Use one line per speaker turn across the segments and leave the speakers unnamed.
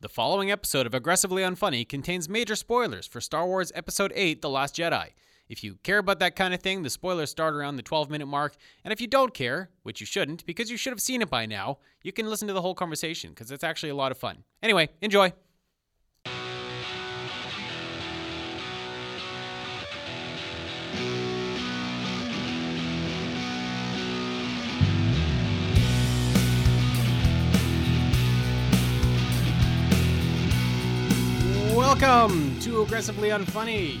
The following episode of Aggressively Unfunny contains major spoilers for Star Wars Episode 8 The Last Jedi. If you care about that kind of thing, the spoilers start around the 12 minute mark. And if you don't care, which you shouldn't, because you should have seen it by now, you can listen to the whole conversation, because it's actually a lot of fun. Anyway, enjoy. Welcome to Aggressively Unfunny.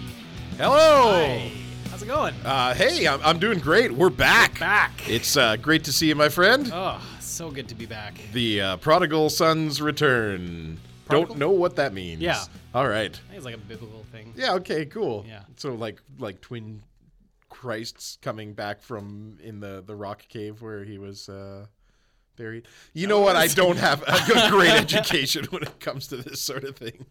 Hello.
Hey, how's it going?
Uh, hey, I'm, I'm doing great. We're back.
Back.
It's uh, great to see you, my friend.
Oh, so good to be back.
The uh, prodigal son's return.
Prodigal?
Don't know what that means.
Yeah.
All right.
I think it's like a biblical thing.
Yeah. Okay. Cool.
Yeah.
So like like twin Christs coming back from in the the rock cave where he was. Uh, Buried. You know what? I don't have a good, great education when it comes to this sort of thing.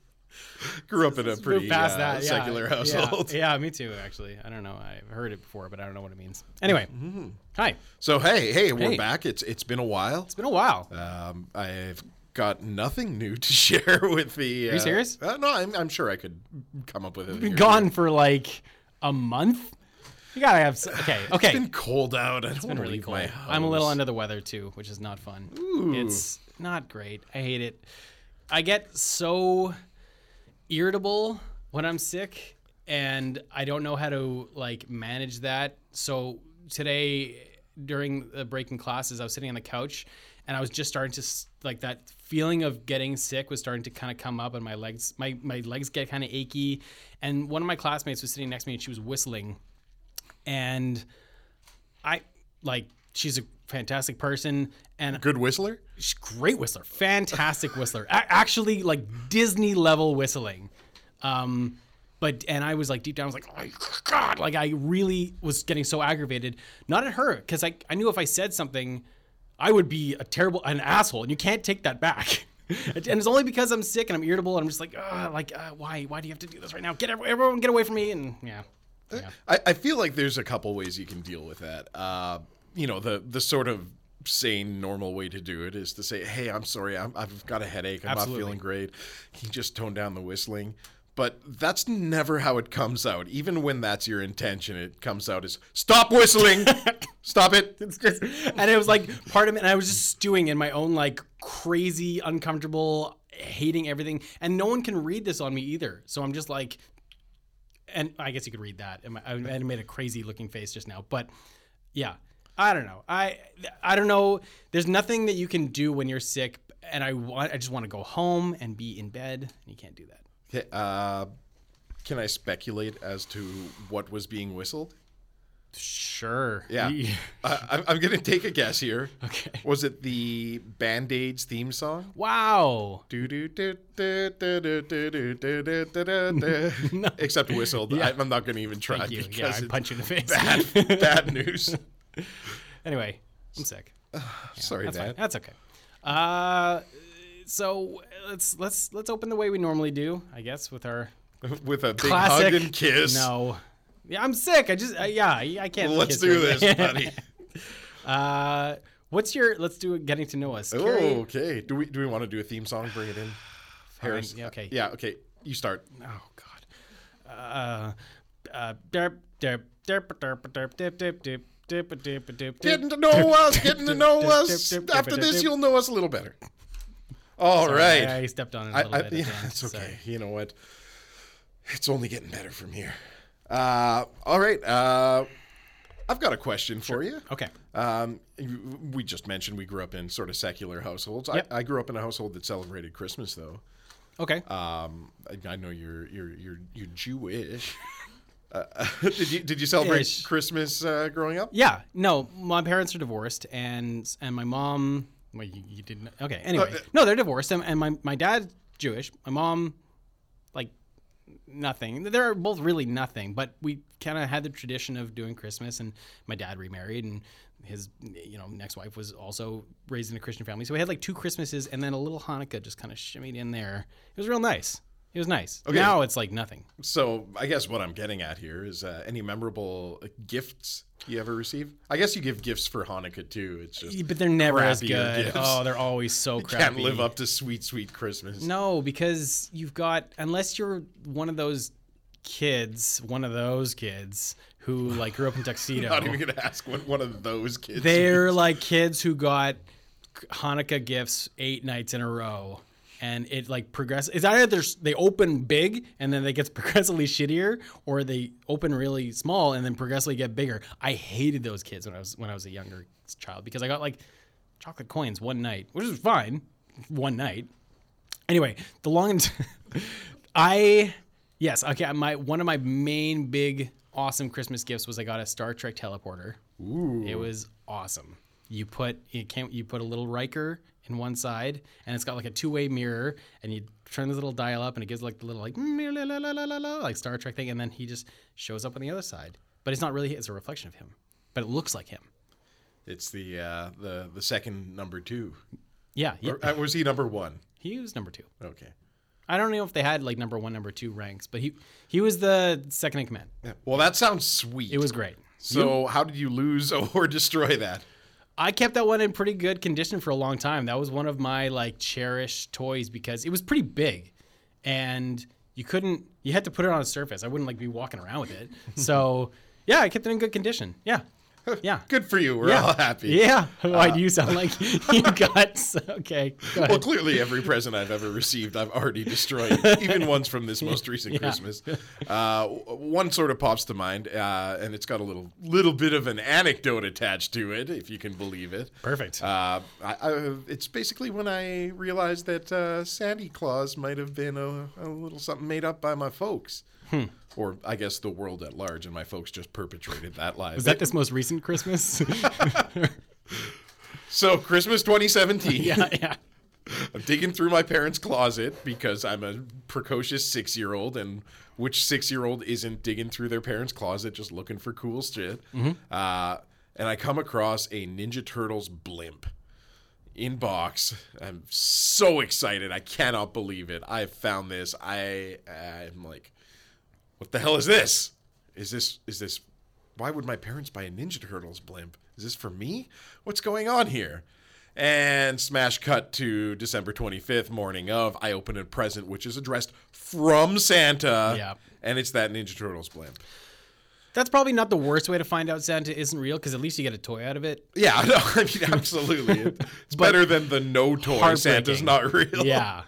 Grew up in a
Move
pretty
past
uh,
that, yeah.
secular
Yeah.
household.
Yeah, me too. Actually, I don't know. I've heard it before, but I don't know what it means. Anyway,
Mm-hmm.
hi. It's
So hey, hey, we're
Hey.
back. It's it's been a while.
been a while.
Um, I've got nothing new to share with the. Uh, Are
you serious?
Uh, no, I'm, I'm sure I could come up with it.
Been gone for like a month. You gotta have. s- Okay, okay.
It's been cold out. I don't want
been
to
really
leave
cold.
my house.
I'm a little under the weather too, which is not fun. It's not great. I hate it. I get so irritable when I'm sick and I don't know how to like manage that. So today during the break in classes, I was sitting on the couch and I was just starting to s- like that feeling of getting sick was starting to kind of come up and my legs my my legs get kind of achy and one of my classmates was sitting next to me and she was whistling and I like she's a fantastic person and
Good whistler.
she's a great whistler, fantastic whistler, A- actually like Disney level whistling. Um, but and I was like deep down, I was like, oh my God, like I really was getting so aggravated, not at her, because I I knew if I said something, I would be a terrible an asshole, and you can't take that back. and it's only because I'm sick and I'm irritable, and I'm just like, "Ugh, like uh, why why do you have to do this right now? Get ev- everyone get away from me, and yeah. Yeah.
Uh, I, I feel like there's a couple ways you can deal with that. Uh, you know, the the sort of sane, normal way to do it is to say, "Hey, I'm sorry, I'm, I've got a headache. I'm
Absolutely.
not feeling great. Can you just tone down the whistling?" But that's never how it comes out. Even when that's your intention, it comes out as "Stop whistling! Stop it!
It's just, and it was like part of it, and I was just stewing in my own like crazy, uncomfortable, hating everything, and no one can read this on me either. So I'm just like, and I guess you could read that. And my- I I made a crazy looking face just now, but yeah, I don't know. I I don't know. There's nothing that you can do when you're sick, and I want I just want to go home and be in bed, and you can't do that.
Okay, uh, can I speculate as to what was being whistled?
Sure.
Yeah. I, I'm- I'm going to take a guess here.
Okay.
Was it the Band Aids theme song?
Wow.
Do, do, do, do, do, do, do, do, do, do, do, do. Except whistled. I, I'm not going to even try
Thank you.
Uh, because
Yeah, I
it's
punch you in the face.
bad, bad news.
anyway, I'm sick.
Sorry,
That's fine.
Dad.
That's okay. Uh, so let's let's let's open the way we normally do, I guess, with our
With a big
classic
hug and kiss.
No, yeah, I'm sick. I just I, yeah, I I can't.
Let's
kiss
do
right
this,
now.
buddy.
uh, what's your? Let's do a getting to know us.
Oh,
Carrie-
okay. Do we do we want to do a theme song? Bring it in. Harris.
yeah, okay.
Yeah. Okay. You start.
Oh God. Uh, uh, derp derp derp derp derp derp derp derp derp derp derp derp.
Getting to know us, getting to know
dip,
us.
dip, dip,
After
dip,
this,
dip.
you'll know us a little better. All
I-
right.
I stepped on it a
I,
little
I,
bit. at
yeah,
the end,
it's
sorry.
okay. You know what? It's only getting better from here. Uh, all right. Uh, I've got a question for you.
Okay.
Um, you- we just mentioned we grew up in sort of secular households.
Yep.
I, I grew up in a household that celebrated Christmas, though.
Okay.
Um, I, I know you're you're you're you're Jewish. Uh, did you did you celebrate
Ish.
Christmas uh, growing up?
Yeah, no, my parents are divorced, and and my mom. Well, you, you didn't. Okay,
Uh,
anyway, no, they're divorced, and, and my my dad's Jewish. My mom, like, nothing. They're both really nothing, but we kind of had the tradition of doing Christmas, and my dad remarried, and his you know next wife was also raised in a Christian family, so we had like two Christmases, and then a little Hanukkah just kind of shimmied in there. It was real nice. It was nice.
Okay.
Now it's like nothing.
So I guess what I'm getting at here is uh, any memorable gifts you ever received? I guess you give gifts for Hanukkah too. It's just
But they're never as
crappier
good.
gifts.
Oh, they're always so crappy.
can't live up to sweet, sweet Christmas.
No, because you've got unless you're one of those kids, one of those kids who like grew up in tuxedo.
Not even gonna ask what one of those kids.
They're like kids who got Hanukkah gifts eight nights in a row. And it like progresses. It's either there's- they open big and then they gets progressively shittier, or they open really small and then progressively get bigger. I hated those kids when I was when I was a younger child because I got like chocolate coins one night, which is fine, one night. Anyway, the long and I yes okay my one of my main big awesome Christmas gifts was I got a Star Trek teleporter.
Ooh.
It was awesome. You put you can you put a little Riker in one side, and it's got like a two way mirror, and you turn this little dial up, and it gives like the little like mm, la, la, la, la, la, la, like Star Trek thing, and then he just shows up on the other side. But it's not really it's a reflection of him, but it looks like him.
It's the uh, the the second number two.
Yeah, yeah.
Or, uh, was he number one?
He was number two.
Okay.
I don't know if they had like number one, number two ranks, but he he was the second in command.
Yeah. Well, that sounds sweet.
It was great.
So how did you lose or destroy that?
I kept that one in pretty good condition for a long time. That was one of my like cherished toys because it was pretty big, and you couldn't. You had to put it on a surface. I wouldn't like be walking around with it. So yeah, I kept it in good condition. Yeah, yeah,
Good for you. We're
Yeah.
all happy. Uh,
yeah. Why do you sound like you got so- okay? Go
Well,
ahead.
clearly every present I've ever received, I've already destroyed, even ones from this most recent Christmas. Uh, w- one sort of pops to mind, uh, and it's got a little little bit of an anecdote attached to it, if you can believe it.
Perfect.
Uh, I, I, it's basically when I realized that uh, Santa Claus might have been a, a little something made up by my folks.
Hmm.
Or I guess the world at large, and my folks just perpetrated that lie.
Was that this most recent Christmas?
so Christmas 2017.
yeah, yeah.
I'm digging through my parents' closet because I'm a precocious six year old, and which six year old isn't digging through their parents' closet just looking for cool shit? Uh, and I come across a Ninja Turtles blimp in box. I'm so excited. I cannot believe it. I found this. I am like, what the hell is this? Is this is this? Why would my parents buy a Ninja Turtles blimp? Is this for me? What's going on here? And smash cut to December 25th, morning of. I open a present which is addressed from Santa.
Yeah.
And it's that Ninja Turtles blimp.
That's probably not the worst way to find out Santa isn't real because at least you get a toy out of it.
Yeah, no, I mean, absolutely. It's better than the no toy. Santa's
Heartbreaking.
not real.
Yeah,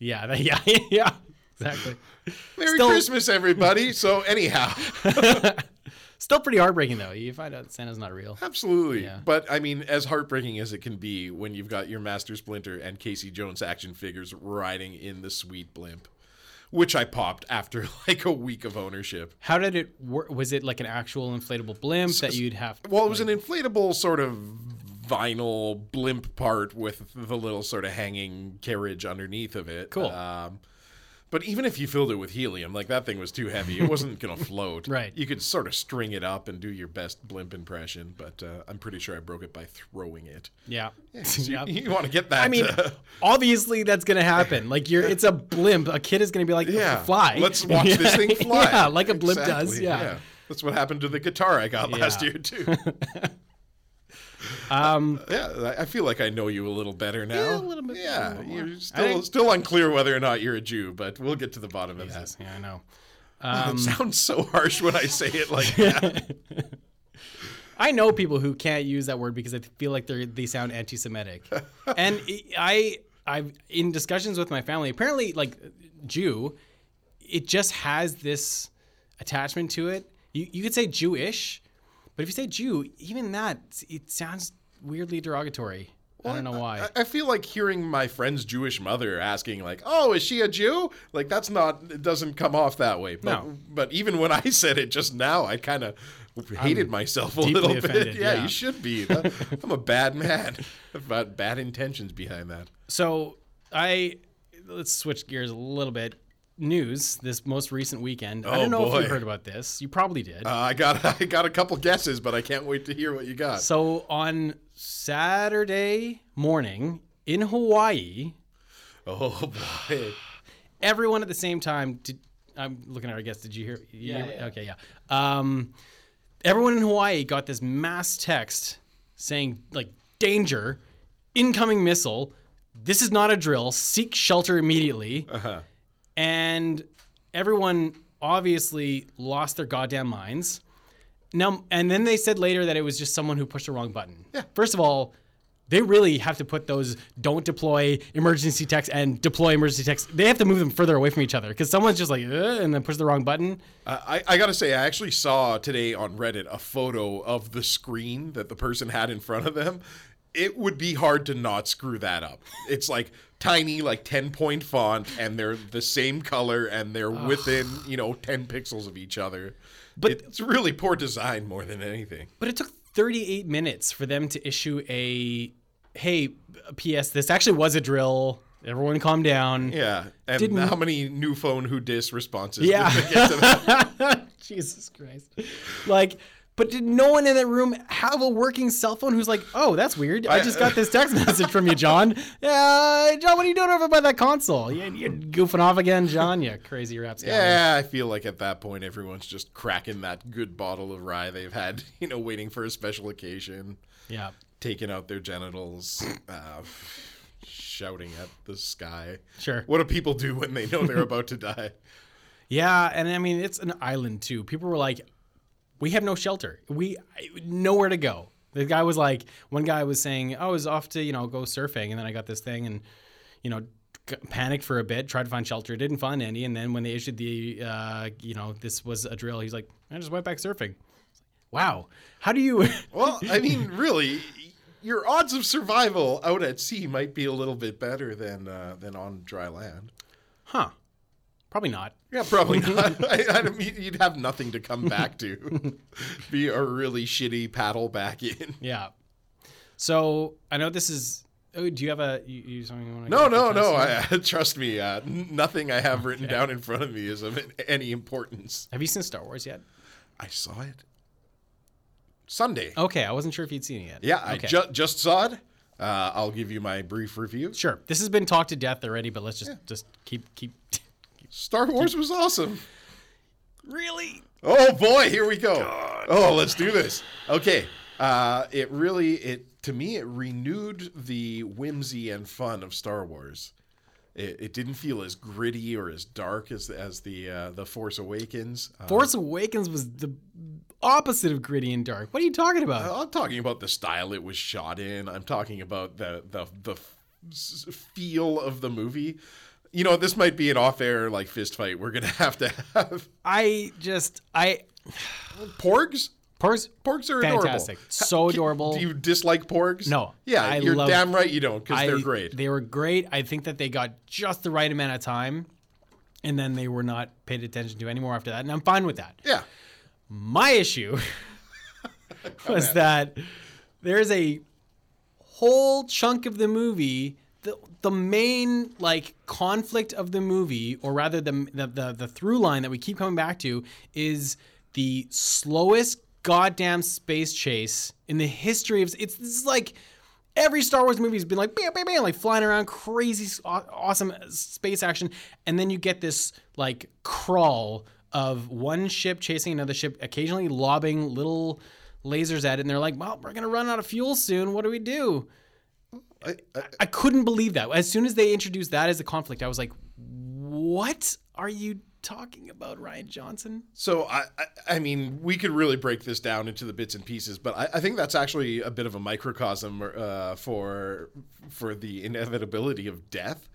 yeah, that- yeah, yeah. Exactly.
Merry
Still-
Christmas, everybody. So, anyhow,
Still pretty heartbreaking though. You find out Santa's not real.
absolutely.
Yeah.
But I mean, as heartbreaking as it can be when you've got your Master Splinter and Casey Jones action figures riding in the sweet blimp, which I popped after like a week of ownership.
How did it work? Was it like an actual inflatable blimp that you'd have?
Well, it was an inflatable sort of vinyl blimp part with the little sort of hanging carriage underneath of it.
Cool.
Um, but even if you filled it with helium, like that thing was too heavy, it wasn't going to float.
Right.
You could sort of string it up and do your best blimp impression, but uh, I'm pretty sure I broke it by throwing it.
yeah.
So you-
Yeah.
You, want to get that?
I mean,
uh,
obviously that's gonna happen. Like you're, it's a blimp. A kid is gonna be like, "Oh,
yeah.
fly.
Let's watch this thing fly.
yeah, like a blimp does.
Exactly,
Yeah.
That's what happened to the guitar I got last
Yeah.
year too. Uh,
Um,
Yeah, I I feel like I know you a little better now.
Yeah, a little bit- a
Yeah,
little more.
you're
I
still
think-
still unclear whether or not you're a Jew, but we'll get to the bottom of that.
yeah, Um, I know.
it sounds so harsh when I say it like that.
I know people who can't use that word because I feel like they they sound anti-Semitic, and I I've in discussions with my family apparently like Jew, it just has this attachment to it. You you could say Jewish, but if you say Jew, even that it sounds weirdly derogatory. I don't know why.
I, I feel like hearing my friend's Jewish mother asking like, "Oh, is she a Jew?" Like that's not it doesn't come off that way. But
No.
but even when I said it just now, I kind of hated myself a
deeply
little
offended,
bit. Yeah,
yeah.
you should be. That- I'm a bad man. I've got bad intentions behind that.
So I let's switch gears a little bit. News this most recent weekend. I
Oh,
don't know if
boy.
you heard about this. You probably did.
Uh, I got I got a couple guesses, but I can't wait to hear what you got.
So on Saturday morning in Hawaii,
Oh boy.
everyone at the same time. Did, I'm looking at our guests. Did you hear? you
Yeah,
hear-
yeah.
Okay, yeah. Um, everyone in Hawaii got this mass text saying like danger, incoming missile. This is not a drill. Seek shelter immediately.
Uh-huh.
And everyone obviously lost their goddamn minds. Now and then they said later that it was just someone who pushed the wrong button. Yeah. First of all, they really have to put those don't deploy emergency text and deploy emergency text. They have to move them further away from each other because someone's just like "Uh," and then push the wrong button.
I, I gotta say, I actually saw today on Reddit a photo of the screen that the person had in front of them. It would be hard to not screw that up. It's like tiny, like ten point font, and they're the same color, and they're within you know ten pixels of each other. But it's really poor design more than anything.
But it took 38 minutes for them to issue a hey PS. This actually was a drill. Everyone, calm down.
Yeah, and
Didn't-
how many new phone who dis responses? did
Yeah.
they get to that?
Jesus Christ. Like, but did no one in that room have a working cell phone who's like, oh, that's weird. I just got this text message from you, John. Uh, John, what are you doing over by that console? You, you goofing off again, John? You crazy rap scallywag.
Yeah, I feel like at that point everyone's just cracking that good bottle of rye they've had, you know, waiting for a special occasion.
Yeah.
taking out their genitals, uh, shouting at the sky.
Sure.
What do people do when they know they're about to die?
Yeah. And I mean, it's an island too. People were like, we have no shelter. We nowhere to go. The guy was like, one guy was saying, "Oh, I was off to, you know, go surfing. And then I got this thing and, you know, g- panicked for a bit, tried to find shelter, didn't find any. And then when they issued the, uh, you know, this was a drill, he's like, I just went back surfing. Wow. How do you.
Well, I mean, really, your odds of survival out at sea might be a little bit better than uh, than on dry land.
huh. Probably not.
Yeah, probably not. I, I mean, you'd have nothing to come back to. be a really shitty paddle back in.
Yeah. So I know this is. Oh, do you have a. You, you something you want to
No, no, no. I, trust me. Uh, n- nothing I have written down in front of me is of any importance.
Have you seen Star Wars yet?
I saw it Sunday.
Okay. I wasn't sure if you'd seen it yet.
Yeah, I
okay.
ju- just saw it. Uh, I'll give you my brief review.
Sure. This has been talked to death already, but let's just just keep keep.
Star Wars was awesome.
Really?
Oh boy, here we go. Oh, let's do this. Okay. Uh, it really it to me it renewed the whimsy and fun of Star Wars. It, it didn't feel as gritty or as dark as as the uh, the Force Awakens. Uh,
Force Awakens was the opposite of gritty and dark. What are you talking about?
I'm talking about the style it was shot in. I'm talking about the the the f- s- feel of the movie. You know, this might be an off-air like fist fight. We're gonna have to have
I just I
Porgs?
Force
Porgs are
fantastic,
adorable.
so adorable.
Do you dislike porgs?
No,
Yeah,
I
you're
love-
damn right you don't because
I-
they're great.
They were great. I think that they got just the right amount of time, and then they were not paid attention to anymore after that. And I'm fine with that.
yeah.
My issue was that there's a whole chunk of the movie the, the main like conflict of the movie or rather the, the the the through line that we keep coming back to is the slowest goddamn space chase in the history of it's this is like every Star Wars movie has been like bam bam bam like flying around crazy aw- awesome uh, space action and then you get this like crawl of one ship chasing another ship occasionally lobbing little lasers at it and they're like well we're going to run out of fuel soon what do we do
I, I,
I couldn't believe that. As soon as they introduced that as a conflict, I was like, what are you talking about, Ryan Johnson?
so I, I I mean we could really break this down into the bits and pieces, but I, I think that's actually a bit of a microcosm uh, for for the inevitability of death.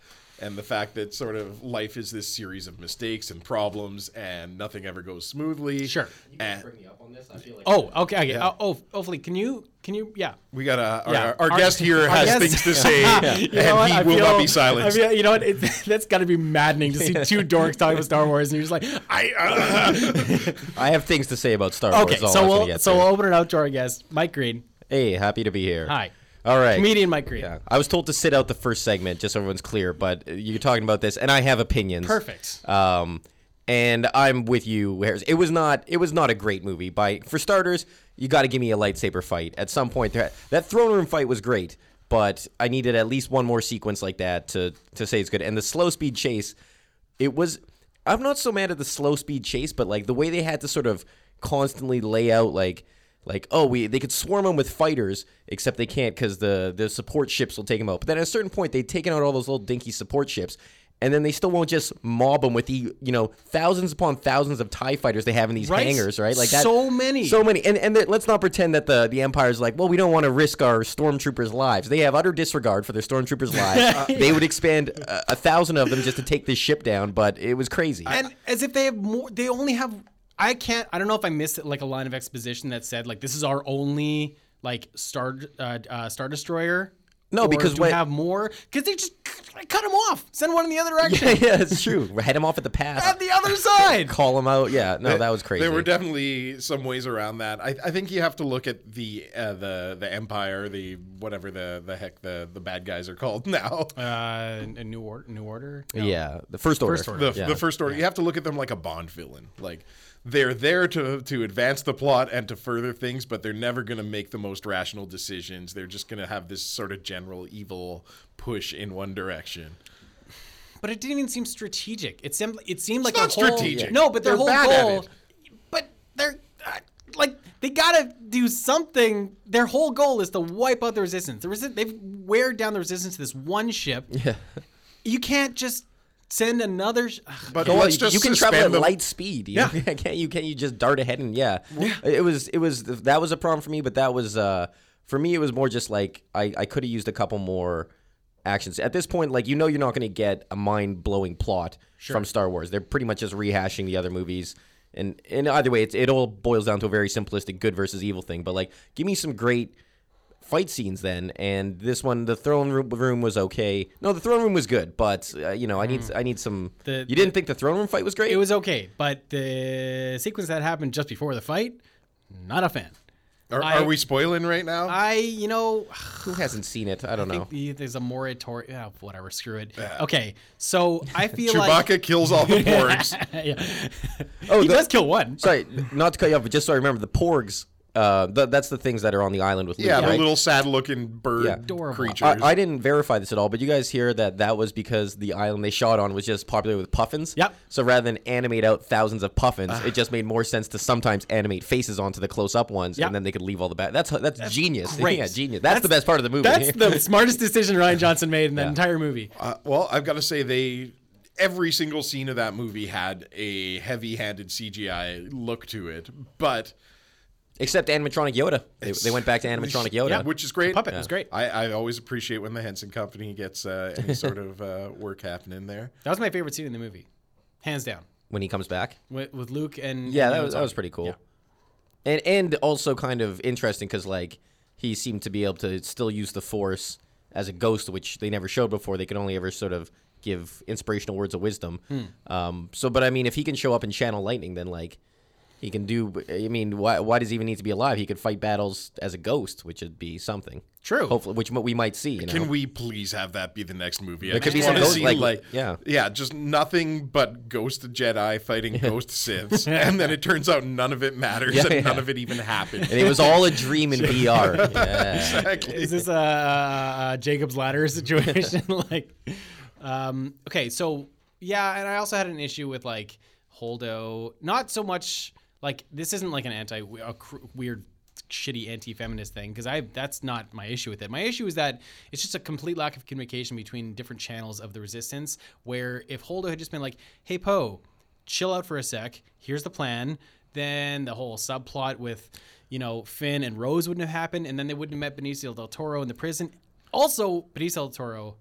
And the fact that sort of life is this series of mistakes and problems, and nothing ever goes smoothly.
Sure.
You
And-
can bring me up on this. I feel like
Oh, okay. okay. Oh, oh, hopefully, can you, can you, yeah.
We got a our,
Yeah.
our,
Our-
guest here
our
has
guest-
things to say,
You
and
know what?
he
I
will
feel-
not be silenced.
I mean, you know what? It, that's got to be maddening to see two dorks talking about Star Wars, and you're just like,
I,
I have things to say about Star Wars.
okay.
all I
So
was gonna
we'll
get
so
to.
we'll open it up to our guest, Mike Green.
hey, happy to be here.
Hi,
All right.
comedian Mike Green.
Yeah. I was told to sit out the first segment, just so everyone's clear. But uh, you're talking about this, and I have opinions.
Perfect.
Um, and I'm with you, Harris. It was not. It was not a great movie. By for starters, you got to give me a lightsaber fight at some point. There, that throne room fight was great, but I needed at least one more sequence like that to to say it's good. And the slow speed chase It was. I'm not so mad at the slow speed chase, but like the way they had to sort of constantly lay out like. Like oh we they could swarm them with fighters except they can't because the the support ships will take them out but then at a certain point they've taken out all those little dinky support ships and then they still won't just mob them with the you know thousands upon thousands of tie fighters they have in these
Right?
hangars right like that
So many.
so many and and that- let's not pretend that the the empire's like well we don't want to risk our stormtroopers lives they have utter disregard for their stormtroopers lives Uh, they would expand a, a thousand of them just to take this ship down but it was crazy
and as if they have more they only have i can't i don't know if i missed it, like a line of exposition that said like this is our only like star uh, uh, star destroyer
No,
Or
because
do
what-
we have more because they just c- cut them off send one in the other direction
yeah it's true head them off at the pass
at the other side
call them out yeah no that was crazy
There were definitely some ways around that. I, I think you have to look at the uh, the the empire, the whatever the the heck the the bad guys are called now.
uh, a new order new order No.
yeah the first order,
Order.
the,
yeah.
the first order. You have to look at them like a Bond villain. Like they're there to to advance the plot and to further things, but they're never going to make the most rational decisions. They're just going to have this sort of general evil push in one direction.
but it didn't even seem strategic it seemed it seemed like
not
their whole,
strategic.
no but their
They're
whole
bad at
goal
it.
but they're uh, like they gotta do something. Their whole goal is to wipe out the resistance. The resist- they've wear down the resistance to this one ship. Yeah, you can't just send another. Sh- Ugh.
But
Well,
let's
you,
just
you can
suspend
travel at
them.
light speed. You
Yeah.
know? can't you? Can't you just dart ahead and yeah? It was it was that was a problem for me, but that was uh for me it was more just like I I could have used a couple more actions at this point. Like you know you're not going to get a mind blowing plot from Star Wars. They're pretty much just rehashing the other movies. And, and either way, it's, it all boils down to a very simplistic good versus evil thing. But like, give me some great fight scenes then and this one the throne room, room was okay no the throne room was good but uh, you know i
Hmm.
need i need some
The-
you didn't think the throne room fight was great
It was okay, but the sequence that happened just before the fight, not a fan.
Are,
I-
are we spoiling right now?
I, you know,
who hasn't seen it i don't know
think there's a moratorium. Yeah, whatever, screw it. Okay, so I feel
Chewbacca
like
kills all the porgs.
yeah.
oh
he
the-
does kill one.
sorry not to cut you off but just so i remember the porgs uh, th- that's the things that are on the island with Luke,
yeah, the
right?
little sad-looking bird
Yeah.
Adorable.
creatures.
I, I didn't verify this at all, but you guys hear that that was because the island they shot on was just popular with puffins.
Yep.
So rather than animate out thousands of puffins, it just made more sense to sometimes animate faces onto the close-up ones,
Yep.
and then they could leave all the back. That's that's, genius.
great.
Yeah, genius. That's, the best part of the movie.
That's the smartest decision Ryan Johnson made in that entire movie.
Uh, well, I've got to say they every single scene of that movie had a heavy-handed CGI look to it, but
Except animatronic Yoda. They, they went back to animatronic Yoda.
Yeah.
which is great.
puppet was great.
I, I always appreciate when the Henson Company gets uh, any sort of uh, work happening there.
That was my favorite scene in the movie, hands down,
When he comes back.
with, with Luke and
Yeah,
and
that
Han
was,
Solo.
that was pretty cool. And and also kind of interesting because like he seemed to be able to still use the Force as a ghost, which they never showed before. They could only ever sort of give inspirational words of wisdom. Um, so, but I mean, if he can show up and channel lightning, then like he can do. I mean, why why does he even need to be alive? He could fight battles as a ghost, which would be something.
True.
Hopefully, which we might see. You know?
Can we please have that be the next movie? I
There could
just
be some
wanna
ghost-
see,
like- yeah.
yeah, just nothing but ghost Jedi fighting ghost Siths, and then it turns out none of it matters,
Yeah,
and
yeah.
none of it even happened.
and it was all a dream in VR. Yeah.
exactly.
Is this a, a Jacob's Ladder situation? like, um, okay, so yeah, and I also had an issue with like Holdo. Not so much like this isn't like an anti a cr- weird shitty anti-feminist thing because I that's not my issue with it. My issue is that it's just a complete lack of communication between different channels of the resistance. Where if Holdo had just been like, "Hey Poe, chill out for a sec. Here's the plan." Then the whole subplot with, you know, Finn and Rose wouldn't have happened, and then they wouldn't have met Benicio del Toro in the prison. Also, Benicio del Toro,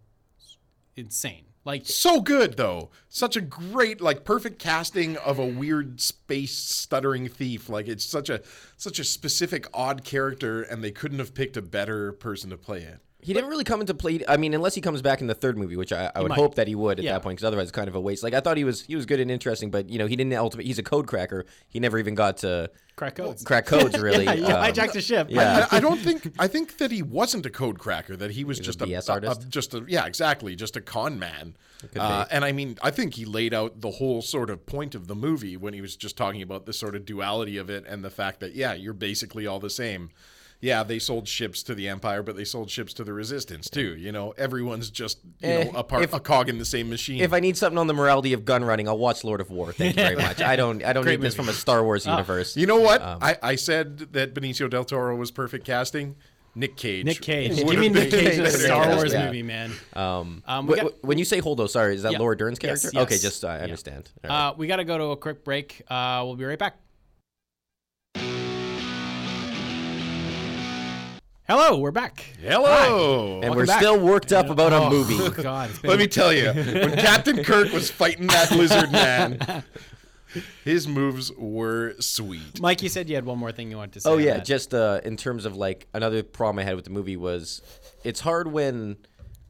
insane. Like
so good though such a great like perfect casting of a weird space stuttering thief like it's such a such a specific odd character and they couldn't have picked a better person to play it
He didn't really come into play. I mean, unless he comes back in the third movie, which I, I would
might.
hope that he would at
Yeah.
that point, because otherwise it's kind of a waste. Like I thought he was he was good and interesting, but you know he didn't ultimately. He's a code cracker. He never even got to
crack codes.
crack codes really.
yeah, you
Um,
hijacked a ship.
yeah.
I, I don't think i think that he wasn't a code cracker that he was just a,
BS
a- a-
artist?
just a yeah exactly just a con man uh, and i mean i think he laid out the whole sort of point of the movie when he was just talking about the sort of duality of it and the fact that yeah you're basically all the same yeah, they sold ships to the Empire, but they sold ships to the Resistance too. You know, everyone's just you
Eh,
know a part,
if-
a cog in the same machine.
If I need something on the morality of gun running, I'll watch Lord of War. Thank you very much. I don't. I don't need this from a Star Wars
Ah,
universe.
you know what?
Um,
I, I said that Benicio del Toro was perfect casting. Nick Cage.
Nick Cage.
would've
Give me Nick
been
Cage in a
better
Star
casted.
Wars
Yeah.
movie, man.
Um,
Um, we
wh-
got-
wh- when you say Holdo, sorry, is that
Yeah.
Laura Dern's
Yes,
character?
yes.
Okay, just I
Yeah.
understand. All right.
Uh, we got to go to a quick break. Uh, we'll be right back. Hello, we're back.
Hello.
and we're
back.
still worked up about a movie.
Oh, God, it's been
Let me tell you, when Captain Kirk was fighting that lizard man, his moves were sweet.
Mike, you said you had one more thing you wanted to say.
Oh
on
yeah,
that.
just uh, in terms of like another problem I had with the movie was it's hard when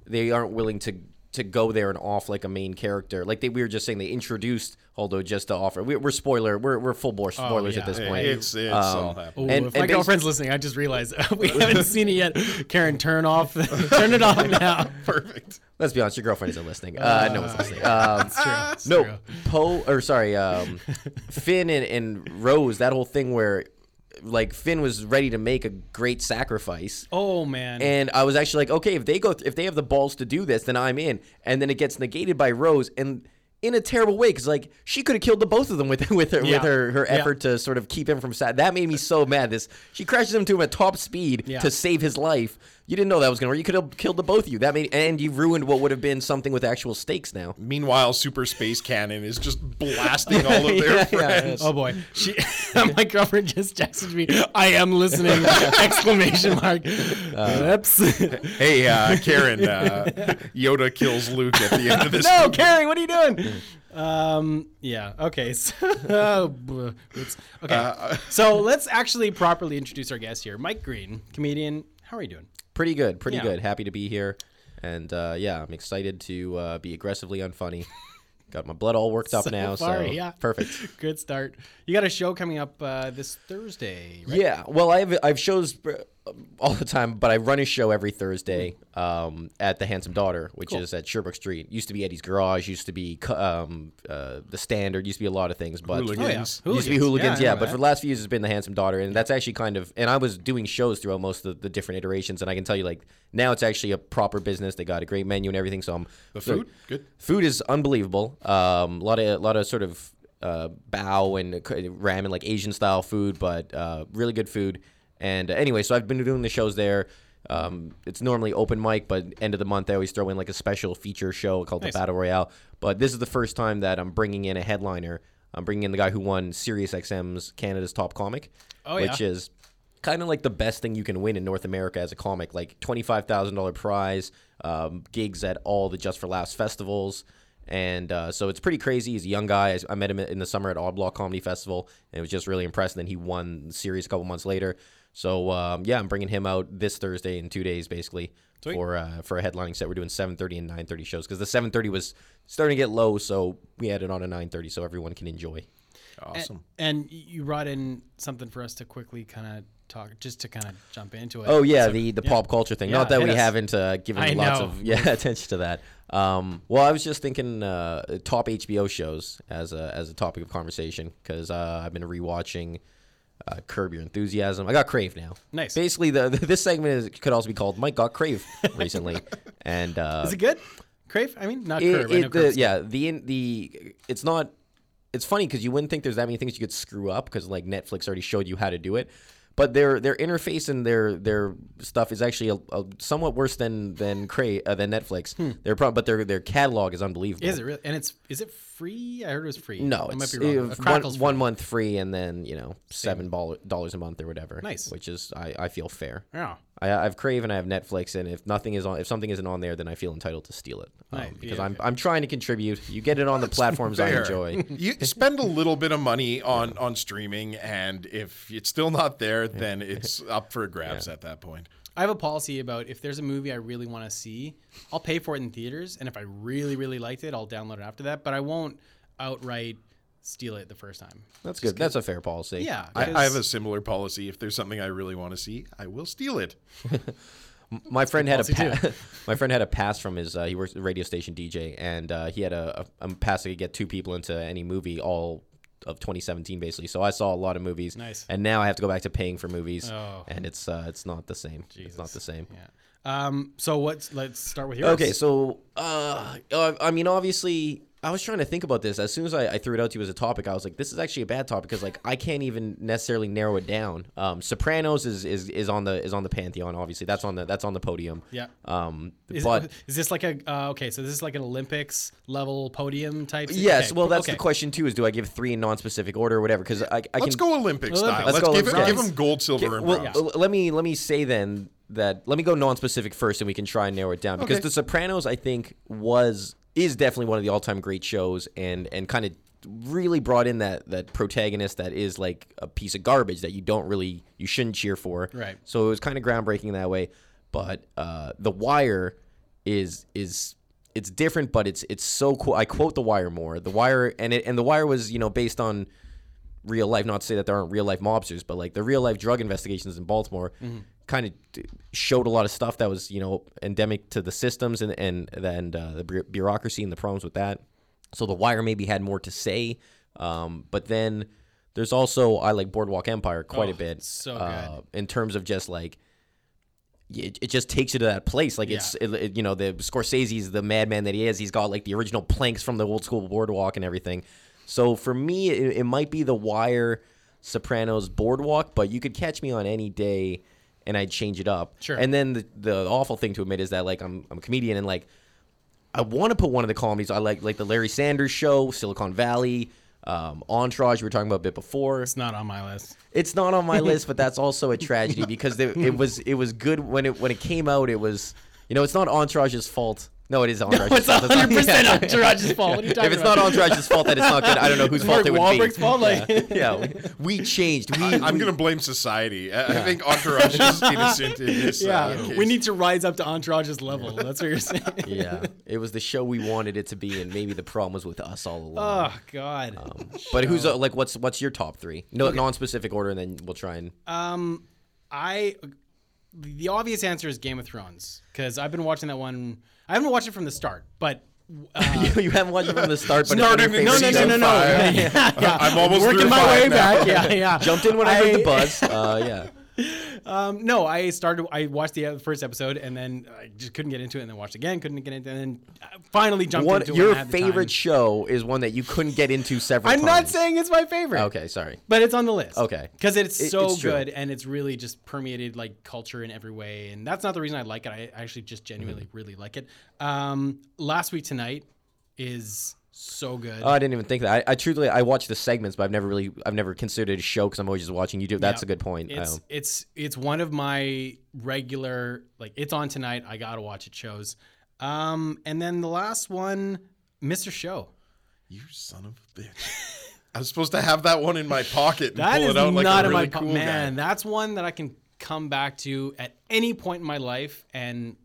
they aren't willing to to go there and off like a main character. Like they, we were just saying, they introduced Holdo just to offer. We, we're spoiler. We're we're full bore spoilers
Oh, yeah.
at this
Hey,
point.
It's it's
Um,
all happening.
Ooh,
and-
if
and
my
basi-
girlfriend's listening, I just realized we haven't seen it yet. Karen, turn off, turn it off now.
Perfect.
Let's be honest, your girlfriend isn't listening. Uh, no one's listening. Um,
It's true. Ah, It's true.
no, Poe or sorry, um, Finn and, and Rose. That whole thing where like Finn was ready to make a great sacrifice,
Oh man.
and I was actually like, okay, if they go, if they have the balls to do this, then I'm in. And then it gets negated by Rose, and in a terrible way, because like she could have killed the both of them with with her
Yeah.
with her, her
Yeah.
effort to sort of keep him from sad. That made me so mad. This she crashes him to him at top speed
Yeah.
to save his life. You didn't know that was gonna work. You could have killed the both of you. That made and you ruined what would have been something with actual stakes. Now
Meanwhile, Super Space Cannon is just blasting all of their
Yeah, yeah,
friends.
Oh boy, she, my girlfriend just texted me. I am listening! exclamation mark.
Uh,
Oops.
Hey, uh, Karen, uh, Yoda kills Luke at the end of this.
no, Carrie, what are you doing? Um, yeah. Okay. So, oh, bleh, oops. okay.
Uh,
so let's actually properly introduce our guest here, Mike Green, comedian. How are you doing?
pretty good, pretty
Yeah.
good. Happy to be here, and uh, yeah, I'm excited to uh, be aggressively unfunny. Got my blood all worked up now,
far,
so
yeah.
perfect.
Good start. You got a show coming up uh, this Thursday, right?
Yeah, well, I've I've shows uh, all the time, but I run a show every Thursday um, at the Handsome Daughter, which is at Sherbrooke Street. Used to be Eddie's Garage, used to be cu- um, uh, the Standard, used to be a lot of things, but
Hooligans.
Oh, yeah.
used to be hooligans,
I
yeah.
know
but
that.
for the last few years, it's been the Handsome Daughter, and that's actually kind of. And I was doing shows throughout most of the, the different iterations, and I can tell you, like now it's actually a proper business. They got a great menu and everything. So I'm
The food? Good.
Food is unbelievable. Um, a lot of lot of sort of uh, bao and k- ramen, like Asian style food, but uh, really good food. And uh, anyway, so I've been doing the shows there. Um, it's normally open mic, but end of the month I always throw in like a special feature show called the Battle Royale. But this is the first time that I'm bringing in a headliner. I'm bringing in the guy who won SiriusXM's Canada's Top Comic,
Oh, yeah.
which is kind of like the best thing you can win in North America as a comic, like twenty-five thousand dollar prize, um, gigs at all the Just for Laughs festivals, and uh, so it's pretty crazy. He's a young guy. I, I met him in the summer at Oddball Comedy Festival, and it was just really impressive. Then he won the series a couple months later. So um, yeah, I'm bringing him out this Thursday in two days, basically. For uh, for a headlining set, we're doing 7:30 and 9:30 shows because the 7:30 was starting to get low, so we had it on at 9:30 so everyone can enjoy.
Awesome.
And you brought in something for us to quickly kind of talk, just to kind of jump into it.
Oh yeah, the the pop culture thing. Not
Yeah,
that we
yes.
haven't uh, given
I
lots
know.
of yeah attention to that. Um, well, I was just thinking uh, top HBO shows as a as a topic of conversation because uh, I've been rewatching uh, Curb Your Enthusiasm. I got Crave now.
Nice.
Basically, the, this segment is, could also be called Mike got Crave recently, and uh,
Is it good? Crave? I mean, not
it-
Curve. I
it-
know
the-
Curve's
yeah, the in- the it's not. It's funny because you wouldn't think there's that many things you could screw up because like Netflix already showed you how to do it, but their their interface and their their stuff is actually a, a somewhat worse than than Cray uh, than Netflix. Their pro- but their their catalog is unbelievable.
Hmm. Is it really? And it's is it free? I heard it was free.
No,
I
it's
might be wrong.
uh,
A
one,
Crackle's
one
free.
month free and then you know seven bol- dollars a month or whatever.
Nice.
which is I, I feel fair.
Yeah.
I, I've Crave and I have Netflix, and if nothing is on, if something isn't on there, then I feel entitled to steal it um,
Right,
because
yeah,
I'm, I'm trying to contribute. You get it on the platforms I
Fair.
enjoy.
You spend a little bit of money on on streaming, and if it's still not there, then it's up for grabs at that point.
I have a policy about if there's a movie I really want to see, I'll pay for it in theaters, and if I really really liked it, I'll download it after that. But I won't outright steal it the first time.
That's good. That's a fair policy.
Yeah.
I, I
because-
have a similar policy. If there's something I really want to see, I will steal it.
My friend had a
policy,
pa- my friend had a pass from his. Uh, he works at a radio station DJ, and uh, he had a, a, a pass that could get two people into any movie all of 2017 basically. So I saw a lot of movies.
Nice.
And now I have to go back to paying for movies,
Oh.
and it's uh, it's not the same. It's not
Jesus.
the same.
Yeah. Um, so what's let's start with yours.
Okay, so uh, uh, I mean, obviously, I was trying to think about this. As soon as I, I threw it out to you as a topic, I was like, this is actually a bad topic because like I can't even necessarily narrow it down. Um, Sopranos is, is is on the is on the pantheon. Obviously, that's on the that's on the podium.
Yeah.
Um,
Is,
but
is this like a uh, okay? So this is like an Olympics level podium type. si-
yes,
okay,
well, that's
okay.
the question too. Is do I give three in non-specific order or whatever? Because I, I can
Let's go Olympic style.
Let's
Let's,
go
give, it,
Olympic
give
style.
them gold, silver,
Okay,
and
well,
bronze.
l- let me let me say then that let me go non-specific first, and we can try and narrow it down because
Okay.
The Sopranos, I think, was is definitely one of the all-time great shows, and and kind of really brought in that that protagonist that is like a piece of garbage that you don't really you shouldn't cheer for.
Right.
So it was kind of groundbreaking in that way, but uh, The Wire is is it's different, but it's it's so cool. I quote The Wire more. The Wire and it and The Wire was you know based on real life. Not to say that there aren't real life mobsters, but like the real life drug investigations in Baltimore
Mm-hmm.
kind of showed a lot of stuff that was you know endemic to the systems and and and uh, the bu- bureaucracy and the problems with that. So the Wire maybe had more to say, um, but then there's also I like Boardwalk Empire quite
Oh,
a bit.
so good.
uh, in terms of just like it, it just takes you to that place. Like it's it, it- you know the Scorsese's the madman that he is. He's got like the original planks from the old school boardwalk and everything. So for me, it, it might be the Wire, Sopranos, Boardwalk, but you could catch me on any day, and I'd change it up.
Sure.
And then the, the awful thing to admit is that like I'm I'm a comedian and like I want to put one of the comedies I like like the Larry Sanders Show, Silicon Valley. Um, Entourage, we were talking about a bit before.
It's not on my list.
It's not on my list, but that's also a tragedy because it, it was it was good when it when it came out. It was you know it's not Entourage's fault. No, it is Entourage's
It's
fault. It's not-
100 percent Entourage's fault. What are you talking
If it's
about?
not Entourage's fault, then it's not good. I don't know whose
Mark
fault it would
Wahlberg's
be.
fault, like-
yeah, yeah, we, we changed. We,
I, am
we-
going to blame society. I, I think Entourage is innocent in this.
yeah,
uh, case.
we need to rise up to Entourage's level. That's what you're saying.
yeah, it was the show we wanted it to be, and maybe the problem was with us all along.
Oh God.
but who's uh, like what's what's your top three? No non-specific order, and then we'll try and
Um, I the obvious answer is Game of Thrones because I've been watching that one. I haven't watched it from the start, but uh,
you haven't watched it from the start. But it's
Starting
been your
in
favorite
no, no,
season
no, no, no.
five.
Yeah, yeah.
I'm almost
working
through
my
five
way
now.
back. Yeah, yeah.
show. Jumped in when I, heard the
I-
buzz. Uh, yeah.
Um, no, I started. I watched the uh, first episode and then I just couldn't get into it, and then watched again, couldn't get into, it, and then I finally jumped
One,
into it.
your
when I had the
favorite
time.
show is one that you couldn't get into several
I'm
times.
not saying it's my favorite.
Okay, sorry.
But it's on the list.
Okay.
Because it's
It-
so
it's true.
good and it's really just permeated like culture in every way. And that's not the reason I like it. I actually just genuinely
Mm-hmm.
really like it. Um, Last Week Tonight is so good.
Oh, I didn't even think that. I, I truthfully, I watch the segments, but I've never really, I've never considered it a show because I'm always just watching YouTube. That's
Yeah.
a good point.
It's
Um,
it's it's one of my regular like it's on tonight. I gotta watch it shows. Um, and then the last one, Mr. Show.
You son of a bitch. I was supposed to have that one in my pocket and
That
pull
is
it out like
not
a
in
really
my po-
cool guy.
man. That's one that I can come back to at any point in my life and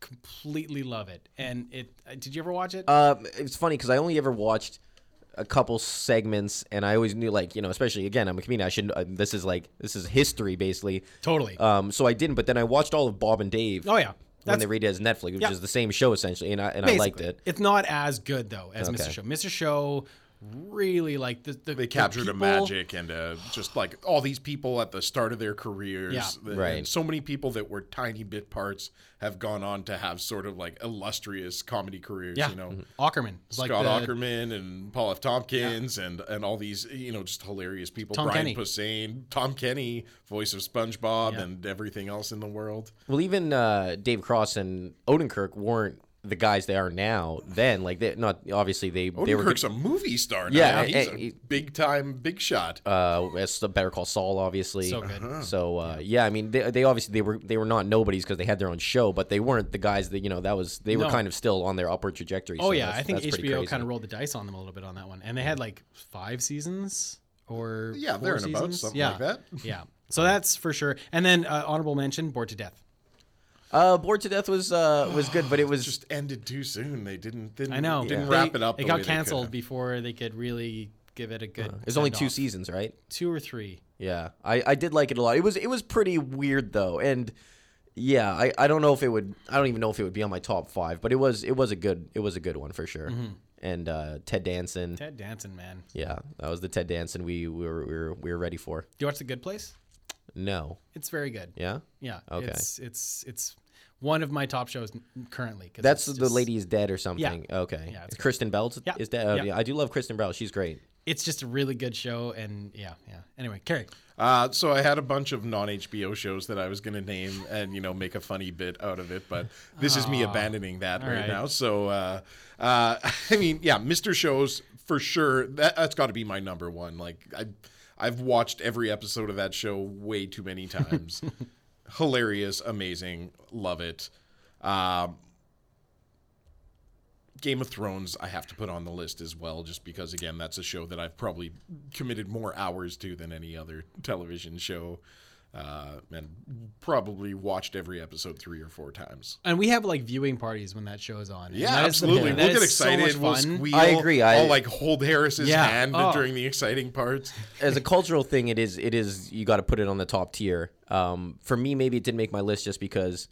completely love it. And it uh, did you ever watch it?
uh, it's funny because I only ever watched a couple segments, and I always knew, like, you know, especially again, I'm a comedian. I should. Uh, this is like, this is history, basically.
totally.
uh,
Um, so I didn't, but then I watched all of Bob and Dave.
oh yeah,
When
that's
they redid it as Netflix, which
Yeah.
is the same show essentially, and I and I liked
basically-
it.
It's not as good though as
Okay.
Mr. Show. Mr. Show really like the, the
They captured a magic and uh, just like all these people at the start of their careers.
Yeah.
and
Right.
So many people that were tiny bit parts have gone on to have sort of like illustrious comedy careers.
Yeah, Mm-hmm.
You know,
Ackerman. It's like
Scott
the-
Ackerman and Paul F. Tompkins and and all these you know just hilarious people.
Tom
Brian
Kenny.
Posehn, Tom Kenny, voice of SpongeBob,
Yeah.
and everything else in the world.
Well, even uh, Dave Cross and Odenkirk weren't the guys they are now. Then, like, they not obviously they they were
Odenkirk's a movie star. Now.
Yeah,
eh,
he's
and-
a big time big shot.
uh, as the Better Call Saul, obviously.
So good.
So uh, yeah, I mean, they, they obviously they were they were not nobodies because they had their own show, but they weren't the guys that you know that was they were
No.
kind of still on their upward trajectory.
Oh
so
yeah,
that's-
I think
that's pretty
HBO
crazy.
kind of rolled the dice on them a little bit on that one, and they had like five seasons or
Yeah,
four
there and about,
seasons?
something
yeah.
like that.
yeah, so that's for sure. And then uh, honorable mention, Bored to Death.
Uh, Bored to Death was uh, was good, but it was
just ended too soon. They didn't didn't
I know.
didn't
They-
wrap it up.
It
the way
got
they could
canceled
have.
before they could really give it a good.
it was Uh, only two
send-off.
seasons, right?
two or three.
Yeah, I, I did like it a lot. It was it was pretty weird though, and yeah, I, I don't know if it would I don't even know if it would be on my top five, but it was it was a good it was a good one for sure. and uh, Ted Danson.
Mm-hmm. Ted Danson, man.
Yeah, that was the Ted Danson we, we, were, we were we were ready for.
Do you watch The Good Place?
No,
It's very good.
yeah,
Yeah.
Okay.
It's it's it's one of my top shows n- currently. 'cause
that's
it's
the
just-
lady is dead or something. Okay,
Yeah, it's
It's Kristen Bell
Yeah,
is dead. Oh,
yeah.
yeah, I do love Kristen Bell. She's great.
It's just a really good show, and yeah, yeah. Anyway, Carrie.
Uh, so I had a bunch of non HBO shows that I was going to name and you know make a funny bit out of it, but this is me abandoning that right,
right.
now. So uh, uh, I mean, yeah, Mister Shows for sure. That, that's got to be my number one. Like I, I've watched every episode of that show way too many times. Hilarious, amazing, love it. Um, Game of Thrones, I have to put on the list as well, just because, again, that's a show that I've probably committed more hours to than any other television show, uh, and probably watched every episode three or four times.
And we have like viewing parties when that show is on. and
Yeah,
that is the-
absolutely.
that
We'll
is
get
so much
excited. we'll
fun.
squeal.
I agree, I-
I'll like hold Harris's
Yeah.
hand
Oh.
during the exciting parts.
as a cultural thing, it is it is you got to put it on the top tier. Um, for me, maybe it didn't make my list just because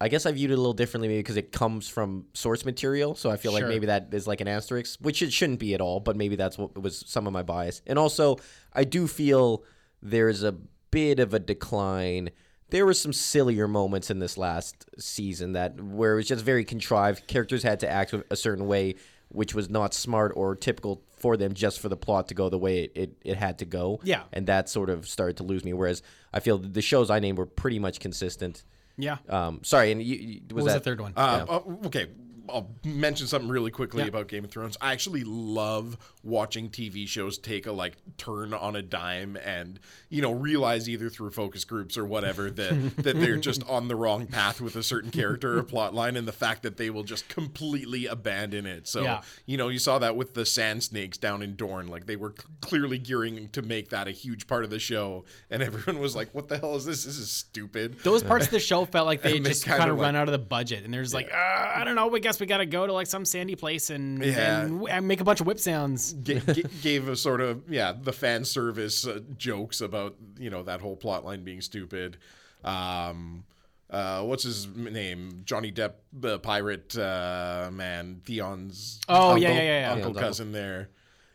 I guess I viewed it a little differently, maybe because it comes from source material. So I feel like
Sure.
maybe that is like an asterisk, which it shouldn't be at all. But maybe that's what was some of my bias. And also, I do feel there's a bit of a decline. There were some sillier moments in this last season that where it was just very contrived. Characters had to act a certain way, which was not smart or typical for them, just for the plot to go the way it, it, it had to go.
Yeah.
and that sort of started to lose me. Whereas I feel the shows I named were pretty much consistent.
Yeah.
Um, sorry, and you, you,
what
was,
was
that
the third one?
Uh, oh, okay, I'll mention something really quickly
Yeah.
about Game of Thrones. I actually love watching TV shows take a like turn on a dime, and you know realize either through focus groups or whatever that that they're just on the wrong path with a certain character or plot line, and the fact that they will just completely abandon it. So
Yeah.
you know you saw that with the Sand Snakes down in Dorne, like they were c- clearly gearing to make that a huge part of the show, and everyone was like, "What the hell is this? This is stupid."
Those parts of the show felt like they
And they
just
kinda
kind of run
like-
out of the budget, and there's like, uh, I don't know. We guess we got to go to like some sandy place and,
Yeah.
and, w- and make a bunch of whip sounds.
g- g- gave a sort of yeah the fan service uh, jokes about you know that whole plot line being stupid um uh, what's his m- name? Johnny Depp, the pirate uh, man, Theon's
Oh,
uncle,
yeah, yeah, yeah, yeah.
uncle
Theon's
cousin there.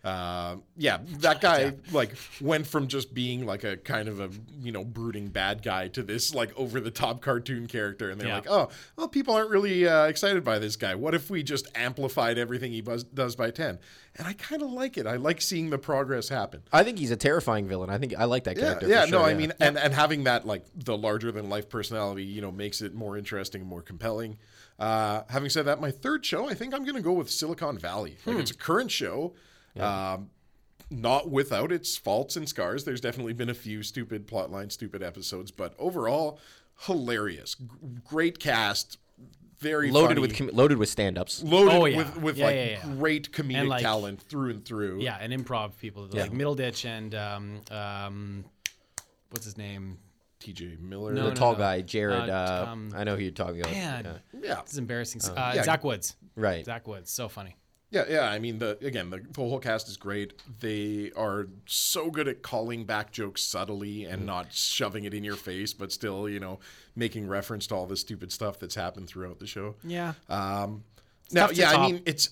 Uh, yeah, that guy like went from just being like a kind of a you know brooding bad guy to this like over the top cartoon character, and they're
Yeah.
like, oh, well, people aren't really uh, excited by this guy. What if we just amplified everything he buzz- does by 10? And I kind of like it. I like seeing the progress happen.
I think he's a terrifying villain. I think I like that
Yeah,
character.
yeah,
for
no,
sure,
I mean, and, and having that, like, the larger than life personality, you know, makes it more interesting, more compelling. Uh, having said that, my third show, I think I'm going to go with Silicon Valley.
Hmm.
Like, it's a current show. Um, not without its faults and scars. There's definitely been a few stupid plotline, stupid episodes, but overall, hilarious. G- great cast, very
loaded
funny.
with com- loaded with stand-ups.
loaded
Oh, yeah.
with, with
Yeah,
like
yeah, yeah.
great comedic
And, like-
talent through and through.
Yeah, and improv people like Middle Ditch and um, um, what's his name?
TJ Miller.
No,
the
no,
tall
no.
guy, Jared.
Uh,
Uh,
um,
I know who you're talking about.
Man,
Yeah.
Yeah.
it's embarrassing. Uh,
yeah.
Zach Woods.
Right.
Zach Woods, so funny.
Yeah, yeah. I mean, the again, the, the whole cast is great. They are so good at calling back jokes subtly
Mm-hmm.
and not shoving it in your face, but still, you know, making reference to all the stupid stuff that's happened throughout the show.
Yeah,
Um, now,
tough to
yeah, I
top.
mean, it's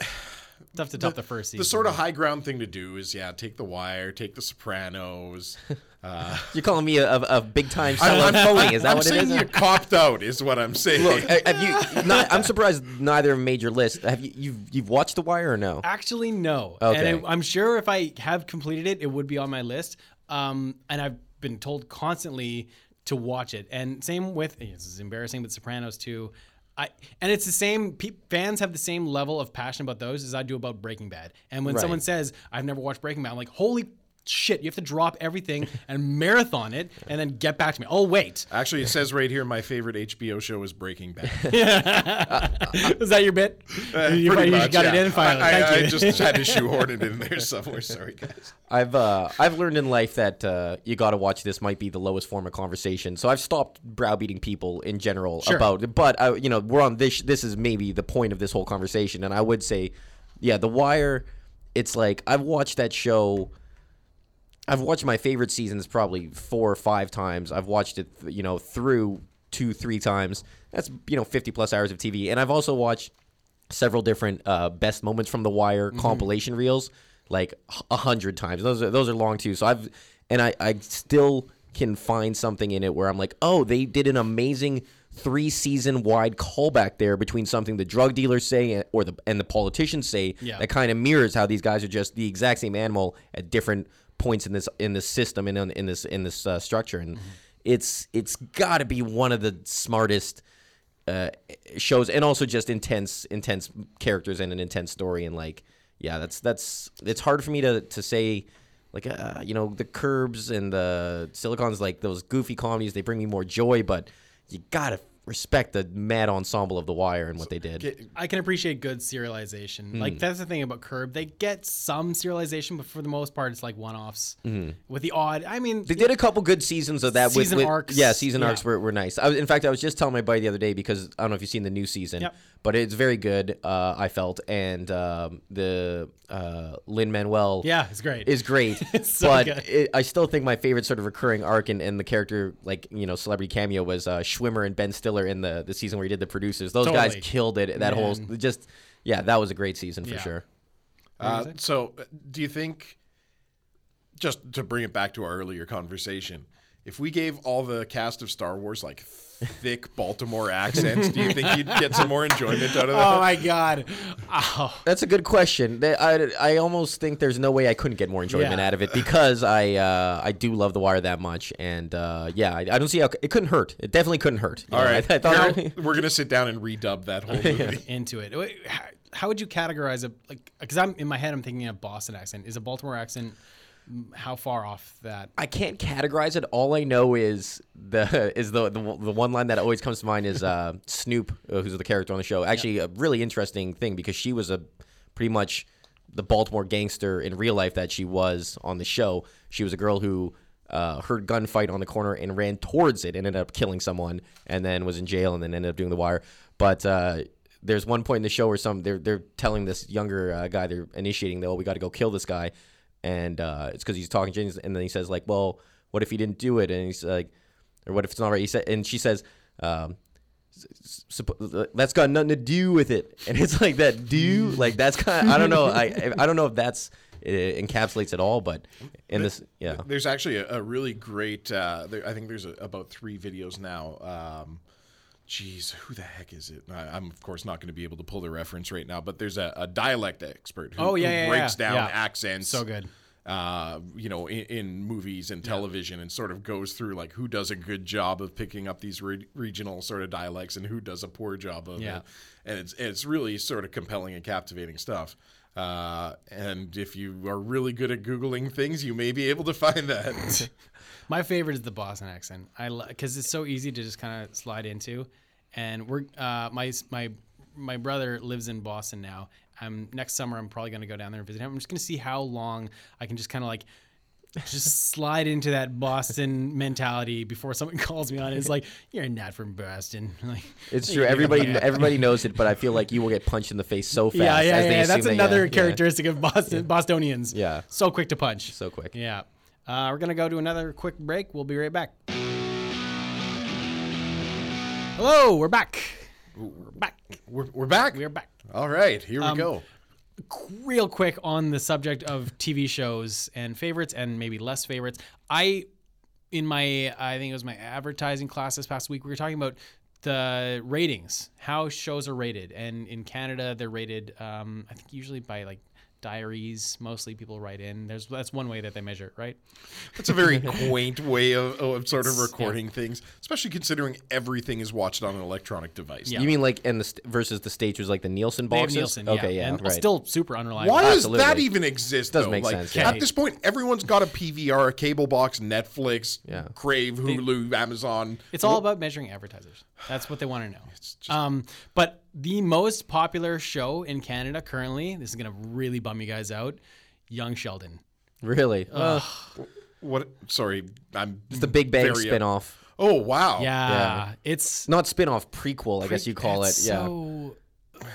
tough to top the first season.
Uh, the sort of high ground thing to do is, yeah, take The Wire, take The Sopranos. Uh,
You're calling me a, a, a big time
I'm-
sellout
I'm-
phony? Is that
I'm
what it
saying
is?
You copped out, is what I'm saying.
Look, uh, have you? Not, I'm surprised neither of them made your list. Have you? You've, you've watched The Wire or no?
Actually, no.
Okay.
And I, I'm sure if I have completed it, it would be on my list. Um, and I've been told constantly to watch it. And same with this is embarrassing, but Sopranos too. I and it's the same. Pe- fans have the same level of passion about those as I do about Breaking Bad. And when
Right.
someone says I've never watched Breaking Bad, I'm like, holy shit! You have to drop everything and marathon it, and then get back to me. Oh wait,
Actually, it says right here my favorite HBO show is Breaking Bad.
is that your bit? you
Uh, Pretty
you
much,
got
yeah.
it in finally.
I, I-
Thank you.
I just had to shoehorn it in there somewhere. Sorry, guys.
I've uh, I've learned in life that uh, you got to watch. This might be the lowest form of conversation, so I've stopped browbeating people in general about. But I, you know, we're on this. This is maybe the point of this whole conversation, and I would say, yeah, The Wire. It's like I've watched that show. I've watched my favorite seasons probably four or five times. I've watched it, you know, through two, three times. That's you know, fifty plus hours of TV, and I've also watched several different uh, best moments from The Wire compilation reels like h- a hundred times. Those are those are long too. So I've and I I still can find something in it where I'm like, oh, they did an amazing three season wide callback there between something the drug dealers say or the and the politicians say
Yeah.
that kind of mirrors how these guys are just the exact same animal at different points in this in this system and in, in this in this uh, structure and it's it's got to be one of the smartest uh, shows and also just intense intense characters and an intense story and like yeah that's that's it's hard for me to to say like uh, you know the curbs and the silicons like those goofy comedies they bring me more joy but you gotta respect the mad ensemble of the wire and what they did
Get-
I can appreciate good serialization.
Hmm.
Like that's the thing about Curb. They get some serialization, but for the most part, it's like one-offs. With the odd, I mean,
Hmm. They did a couple good seasons of that.
Season
with, with,
arcs.
yeah, season arcs
Yeah.
were, were nice. I was, in fact, I was just telling my buddy the other day because I don't know if you've seen the new season,
Yep.
but it's very good. Uh, I felt and um, the uh, Lin Manuel
yeah, it's great.
is great,
so
but
good.
it, I still think my favorite sort of recurring arc and, and the character like you know celebrity cameo was uh, Schwimmer and Ben Stiller in the the season where he did the producers. Those guys
Totally.
killed it. That whole just yeah, that was a great season for
Yeah.
sure.
Uh, so, uh, do you think, just to bring it back to our earlier conversation, if we gave all the cast of Star Wars like thick Baltimore accents, do you think you'd get some more enjoyment out of that?
oh my god. Oh,
That's a good question. They- I, I almost think there's no way I couldn't get more enjoyment
Yeah.
out of it because I uh, I do love The Wire that much, and uh, yeah, I, I don't see how c- it couldn't hurt. It definitely couldn't hurt. You
all
know,
right,
I, I thought
Harold, we're gonna sit down and redub that whole movie.
into it. Wait, how- How would you categorize a like? Because I'm in my head, I'm thinking a Boston accent. Is a Baltimore accent mm, how far off that?
I can't categorize it. All I know is the is the the, the one line that always comes to mind is uh, Snoop, uh, who's the character on the show. Actually, a really interesting thing because she was a pretty much the Baltimore gangster in real life that she was on the show. She was a girl who uh, heard gunfight on the corner and ran towards it and ended up killing someone and then was in jail and then ended up doing the wire. But uh, there's one point in the show where some they're they're telling this younger uh, guy they're initiating though we got to go kill this guy, and uh, it's because he's talking to James, and then he says like, well, what if he didn't do it? And he's like, or what if it's not right? He said, and she says, um, suppo- that's got nothing to do with it. And it's like that do like that's kind. Of, I don't know. I I don't know if that's it encapsulates it all, but in this yeah.
There's actually a, a really great. Uh, there, I think there's a, about three videos now. Um, geez, who the heck is it? I, I'm of course not going to be able to pull the reference right now, but there's a, a dialect expert who,
Oh, yeah,
who
yeah,
breaks
yeah,
down
yeah.
accents.
So good.
Uh, you know, in, in movies and television, and sort of goes through like who does a good job of picking up these re- regional sort of dialects and who does a poor job of
Yeah.
it. And it's it's really sort of compelling and captivating stuff. Uh, and if you are really good at googling things, you may be able to find that.
My favorite is the Boston accent. I because it's so easy to just kind of slide into, and we're uh, my my my brother lives in Boston now. I'm next summer. I'm probably gonna go down there and visit him. I'm just gonna see how long I can just kind of like just slide into that Boston mentality before someone calls me on. it. It's like you're not from Boston. Like
It's true. Everybody, everybody knows it, but I feel like you will get punched in the face so fast.
yeah, yeah,
as
yeah.
they assume
That's
that,
another
yeah, yeah.
characteristic of Boston Bostonians.
Yeah.
so quick to punch.
So quick.
Yeah. Uh, we're going to go to another quick break. We'll be right back. Hello, we're back. We're back.
We're, we're back.
We're back.
All right, here we go.
Real quick on the subject of TV shows and favorites and maybe less favorites. I, in my, I think it was my advertising class this past week, we were talking about the ratings, how shows are rated. And in Canada, they're rated, um, I think, usually by like diaries. Mostly people write in. There's That's one way that they measure it, right?
That's a very quaint way of, of sort of recording things, especially considering everything is watched on an electronic device.
Yeah.
You mean like and the st- versus the states was like the Nielsen
Dave
boxes?
Nielsen.
okay, yeah,
and
right.
Still super unreliable.
Why
Absolutely.
does that even exist?
Does
though?
make
like,
sense, yeah.
At this point, everyone's got a PVR, a cable box, Netflix,
Yeah.
Crave, Hulu, Amazon.
It's all about measuring advertisers. That's what they want to know. um, but the most popular show in Canada currently, this is going to really bum you guys out, Young Sheldon.
really,
What? Sorry, I'm.
it's the Big Bang
uh,
very-
spinoff.
Oh wow!
Yeah,
Yeah.
it's.
Not spinoff, prequel. I guess you call it.
it's
Yeah.
So, uh,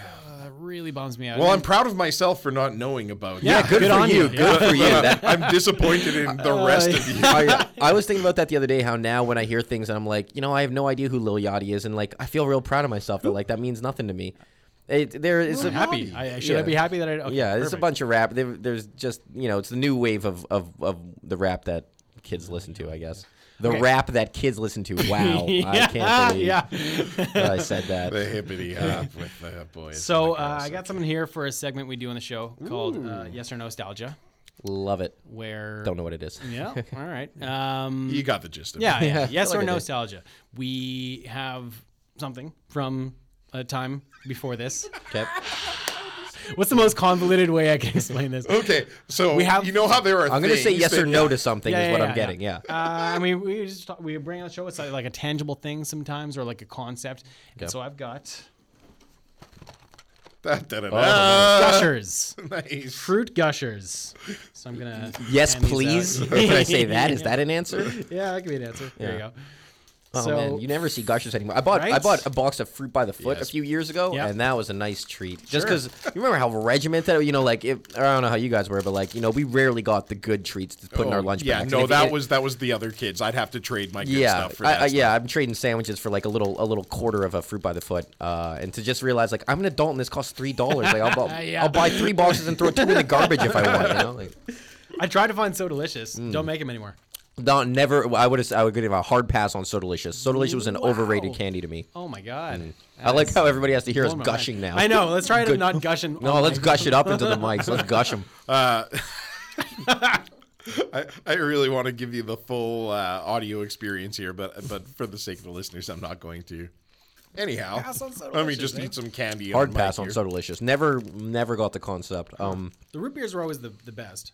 it really bums me out.
Well, I'm proud of myself for not knowing about.
Yeah,
that.
good, for
on
you.
you.
Good
Yeah.
for you. That-
I'm disappointed in the rest of you.
I, I was thinking about that the other day. How now when I hear things and I'm like, you know, I have no idea who Lil Yachty is, and like I feel real proud of myself that like that means nothing to me. It, there is a,
happy. I, should I
Yeah.
be happy that I? Okay,
yeah, there's a
perfect.
bunch of rap. There, there's just you know, it's the new wave of of, of the rap that kids listen to, I guess. The rap that kids listen to. Wow, I can't believe
yeah.
that I said that.
The hippity hop with the
Oh
boys.
So
and the
uh,
girls.
I got something here for a segment we do on the show called uh, Yes or Nostalgia,
Love it.
where
Don't know what it is.
yeah, all right. Um,
you got the gist of
Yeah,
it.
yeah.
Yeah,
Yes
I
or
like it.
nostalgia. We have something from a time before this.
Okay.
What's the most convoluted way I can explain this? Uh,
Okay, so
We have-
you know how there are.
I'm gonna say
things
yes
that-
or no to something
Yeah,
is
yeah,
what
yeah, Uh,
I'm getting. Yeah.
I mean, we just talk, we bring on the show. It's like, like a tangible thing sometimes, or like a concept. And
Okay.
so I've got
Da, da, da,
Oh,
da.
gushers,
Nice.
fruit gushers. So I'm gonna
Yes,
hand these out.
please. Did I say that? Is that an answer?
Yeah, that could be an answer. There you
Yeah.
go.
Oh
so
man, you never see gushers anymore. I bought I
Right?
bought a box of fruit by the foot
Yes.
a few years ago,
Yep.
and that was a nice treat. Just
Sure.
because you remember how regimented, you know, like if, I don't know how you guys were, but like you know, we rarely got the good treats to put in our
Oh,
lunch.
Yeah,
bags. And
no,
if
that
it-
was that was the other kids. I'd have to trade my good
Yeah,
stuff for
I,
that.
I, yeah. I'm trading sandwiches for like a little a little quarter of a fruit by the foot, uh, and to just realize like I'm an adult and this costs three dollars. Like I'll, bu-
Yeah.
I'll buy three boxes and throw two in the garbage if I want. You know, like,
I tried to find so delicious.
Mm.
Don't make them anymore.
not never. I would have I would give a hard pass on Soda Delicious. Soda Delicious was an overrated
Wow.
candy to me.
Oh my god.
Mm. I like how everybody has to hear us
Blowing my mind.
gushing now.
I know. Let's try to
Good.
not gush and oh,
No, let's gush it up into the mics. Let's gush them.
I, I really want to give you the full uh, audio experience here, but but for the sake of the listeners, I'm not going to. Anyhow,
Pass on soda
let me
wishes,
just
eh?
eat some candy.
Hard
the
pass
mic
on
here.
so delicious. Never, never got the concept. Um,
The root beers were always the, the best.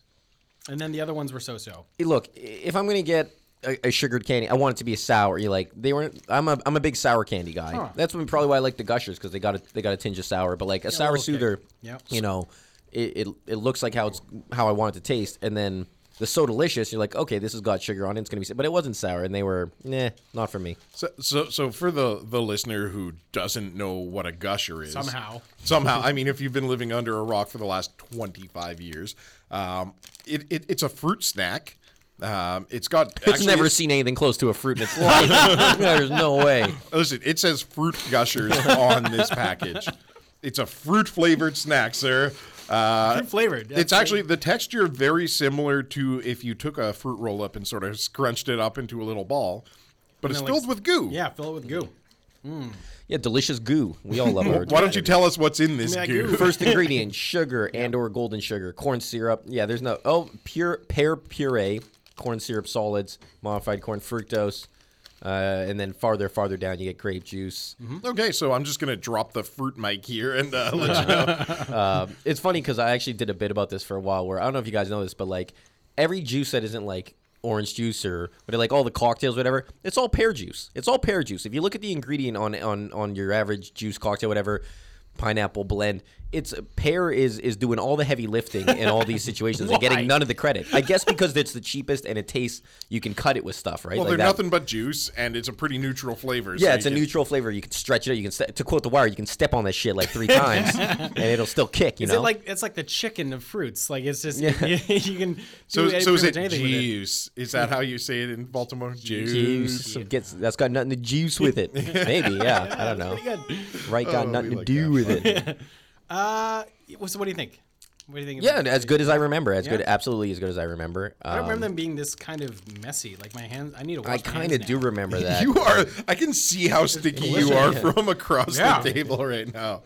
And then the other ones were so so.
hey, look, i- if I'm gonna get a, a sugared candy, I want it to be a sour. You like they weren't. I'm a I'm a big sour candy guy.
Huh.
That's when, probably why I like the gushers because they got a they got a tinge of sour. But like a sour
little kick.
soother,
Yep.
you know, it, it it looks like how it's how I want it to taste, and then. The so delicious, you're like, okay, this has got sugar on it. It's gonna be, s- but it wasn't sour, and they were, nah, not for me.
So, so, so for the the listener who doesn't know what a gusher is,
Somehow.
somehow, I mean, if you've been living under a rock for the last twenty five years, um, it, it it's a fruit snack. Um, it's got.
It's
actually,
never
it's-
seen anything close to a fruit in its life. There's no way.
Listen, it says fruit gushers on this package. It's a fruit flavored snack, sir. Uh,
Fruit flavored.
it's actually the texture very similar to if you took a fruit roll up and sort of scrunched it up into a little ball, but it's
then, like,
filled with goo.
Yeah, fill it with goo.
Yeah, delicious goo. We all love our.
Why don't you tell us what's in this
Yeah,
goo?
goo.
First ingredient: sugar and or golden sugar, corn syrup. Yeah, there's no oh pure pear puree, corn syrup solids, modified corn fructose, uh, and then farther farther down you get grape juice.
Okay, so I'm just gonna drop the fruit mic here and uh, let you know.
It's funny because I actually did a bit about this for a while. Where I don't know if you guys know this, but like every juice that isn't like orange juice or but like all the cocktails, whatever, it's all pear juice. It's all pear juice. If you look at the ingredient on on on your average juice cocktail, whatever pineapple blend it's pear is is doing all the heavy lifting in all these situations and
Why?
getting none of the credit i guess because it's the cheapest and it tastes you can cut it with stuff right
Well,
Like
they're
that-
nothing but juice, and it's a pretty neutral flavor. so
yeah
you
it's a
can-
neutral flavor you can stretch it out you can ste- to quote the wire you can step on that shit like three times and it'll still kick you
Is
know
it like it's like the chicken of fruits? Like it's just
Yeah.
you, can do
So,
any-
so is
pretty much
it E
anything with it.
juice? Is that how you say it in Baltimore? Juice.
juice. It gets that's got nothing to juice with it. Maybe, yeah. I don't know.
Pretty good.
Right got
Oh,
nothing
we
to
like
do
that.
with it.
Uh, so what do you think? What do you think?
yeah,
about-
as good as I remember. As good,
Yeah.
absolutely as good as I remember.
I don't
Um,
remember them being this kind of messy. Like my hands, I need to. Wash
I
my
kind of
hands
do
now.
remember that.
You are. I can see how sticky you are from across
Yeah.
the table right now.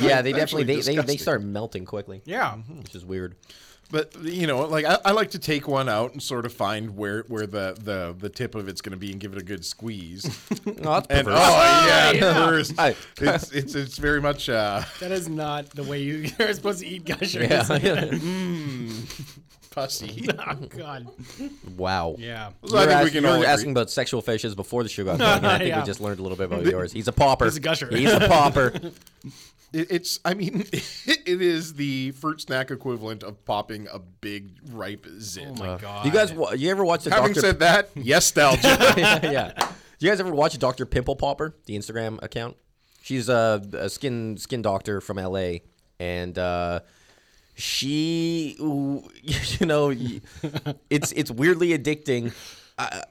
yeah, they
It's actually
definitely they, they, they
disgusting.
start melting quickly.
Yeah.
which is weird.
But you know, like I, I like to take one out and sort of find where where the the, the tip of it's going to be and give it a good squeeze.
Oh, that's
And oh,
perverse.
yeah,
yeah.
perverse.
I-
it's, it's it's very much. Uh,
That is not the way you are supposed to eat
oh,
gushers.
yeah.
Pussy.
oh God.
wow.
Yeah.
So
You
I
were,
think we
ask-
can
you were
all
asking
agree.
about sexual fetishes before the sugar. I think
Yeah.
we just learned a little bit about yours. He's a pauper.
He's a gusher.
He's a pauper.
It, it's. I mean, it is the fruit snack equivalent of popping a big ripe zit.
Oh my God.
uh, you guys, wa- you ever watch the
Having
Dr.
said that, yes, nostalgia.
yeah. Do you guys ever watch Dr. Pimple Popper, the Instagram account? She's a, a skin skin doctor from LA, and uh, she, you know, y- it's it's weirdly addicting. I,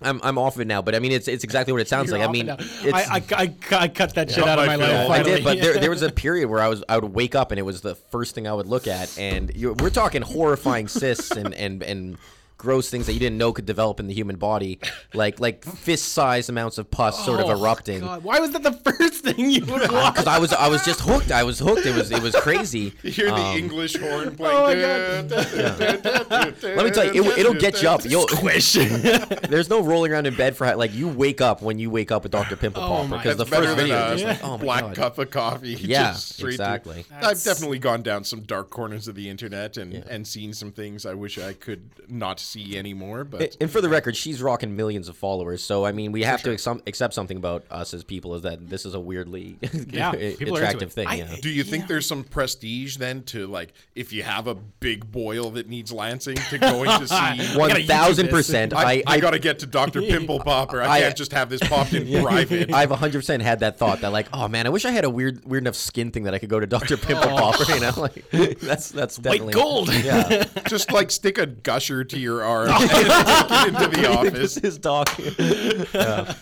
I'm, I'm off of it now, but I mean, it's it's exactly what it sounds
You're
like. I
off
mean,
and out.
it's,
I, I, I, I cut that shit out of my
my
life.
film.
I
finally.
did, but there, there was a period where I was I would wake up and it was the first thing I would look at, and you, we're talking horrifying cysts and and and gross things that you didn't know could develop in the human body, like like fist sized amounts of pus sort of
Oh,
erupting.
God, why was that the first thing you would watch?
Because I was I was just hooked. I was hooked. It was it was crazy.
You hear the
Um,
English horn
oh my
playing.
God.
Let
Let
me tell you, it, it'll get you up. You'll, there's no rolling around in bed for like you wake up when you wake up with Doctor Pimple
Oh
Popper
my-
because the
That's better
first
than
video
a
is just like oh my
black
god.
cup of coffee.
Yeah,
just straight to-
exactly.
I've
That's-
definitely gone down some dark corners of the internet and, and seen some things I wish I could not see anymore. But
And for the record, she's rocking millions of followers. So I mean, we have to exum- accept something about us as people is that this is a weirdly
Yeah, people are into
attractive
it.
thing.
I-
yeah.
do you think there's some prestige then to like if you have a big boil that needs lancing to going to see?
One
gotta YouTube
thousand
this.
percent.
I,
I,
I
I,
gotta get to Doctor Pimple Popper. I,
I-
can't just have this popped in private.
I've hundred percent had that thought that like, oh man, I wish I had a weird, weird enough skin thing that I could go to Doctor Pimple Popper. You know, like that's that's definitely
gold.
Yeah,
just like stick a gusher to your arm and take it into the
this
office.
is Doc. Yeah.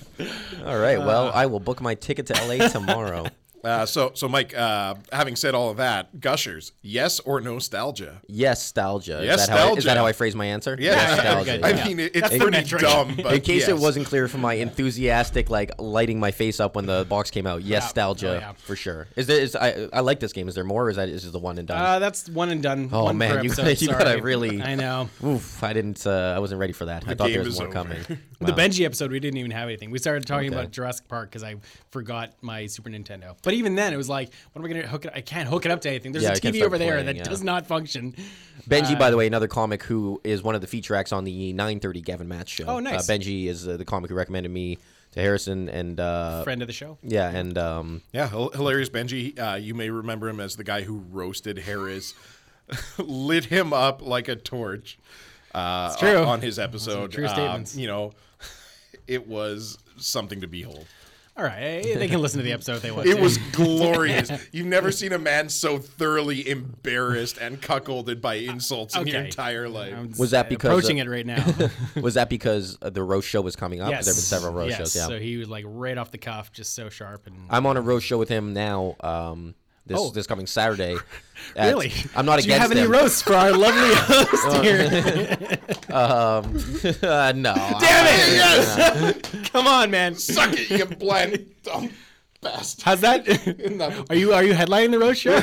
All right,
Uh.
well, I will book my ticket to L.A. tomorrow.
Uh, so, so Mike, uh, having said all of that, gushers, yes or nostalgia?
Yes, nostalgia.
Yes,
is that how I, is
nostalgia.
that how I phrase my answer?
Yeah,
Yes,
I-
nostalgia,
I
yeah.
mean, it, it's
That's the
pretty
metric.
dumb, but
In case it
yes.
wasn't clear from my enthusiastic, like lighting my face up when the box came out,
Oh,
yes, nostalgia
yeah.
for sure. Is there? Is I, I like this game. Is there more? Or is that is this the one and done?
Uh, that's one and done.
Oh,
Oh
man, you
episode,
gotta- you gotta
sorry.
really-
I know.
Oof, I didn't. Uh, I wasn't ready for that. I thought
game
there was
is
more
over.
coming.
The
Wow.
Benji episode, we didn't even have anything. We started talking
Okay.
about Jurassic Park because I forgot my Super Nintendo. But even then, it was like, what am I going to hook it? I can't hook it up to anything. There's a
Yeah, I can't
TV
start
over there
playing,
that
yeah.
does not function.
Benji,
Uh,
by the way, another comic who is one of the feature acts on the 9:30 Gavin Match show.
Oh, nice.
Uh, Benji is uh, the comic who recommended me to Harrison, and uh,
Friend of the show.
yeah, and um,
Yeah, hil- hilarious Benji. Uh, you may remember him as the guy who roasted Harris, lit him up like a torch. Uh,
It's true.
On, on his episode,
true
Uh,
statements.
you know, it was something to behold.
All right. They can listen to the episode if they want
It
to.
was glorious. You've never seen a man so thoroughly embarrassed and cuckolded by insults in your
Okay.
entire life.
I'm
Was that because
approaching
of-
it right now?
was that because uh, the roast show was coming up?
yes.
There have been several roast
yes.
shows. Yeah,
So he was like right off the cuff, just so sharp and
I'm on a roast show with him now. Um, this
Oh.
this coming Saturday. At-
really.
I'm not
Do
against
you have any
him.
roasts for our lovely host here?
Uh, no. Damn
yes!
Come on, man.
Suck it, you bland dumb bastard.
How's that?
Nothing.
Are you are you headlining the roast show?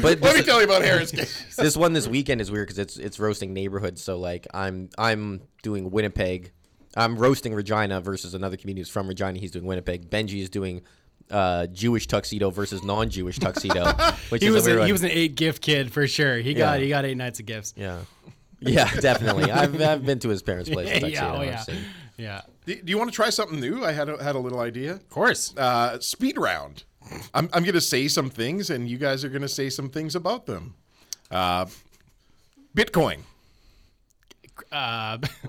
But
Let me
this,
tell you about Harris. Gaines.
this one this weekend is weird because it's it's roasting neighborhoods. So like I'm I'm doing Winnipeg. I'm roasting Regina versus another comedian who's from Regina. He's doing Winnipeg. Benji is doing uh, Jewish tuxedo versus non-Jewish tuxedo, which
he
is
was
a weird
a,
one.
he was an eight gift kid for sure. He got
Yeah.
he got eight nights of gifts.
yeah. Yeah, definitely. I've, I've been to his parents' place. in
yeah,
Tuxedo,
oh,
I've
yeah,
seen.
yeah. Of
Do do you want to try something new? I had a, had a little idea.
course.
Uh, speed round. I'm, I'm going to say some things, and you guys are going to say some things about them. Uh, Bitcoin.
Uh,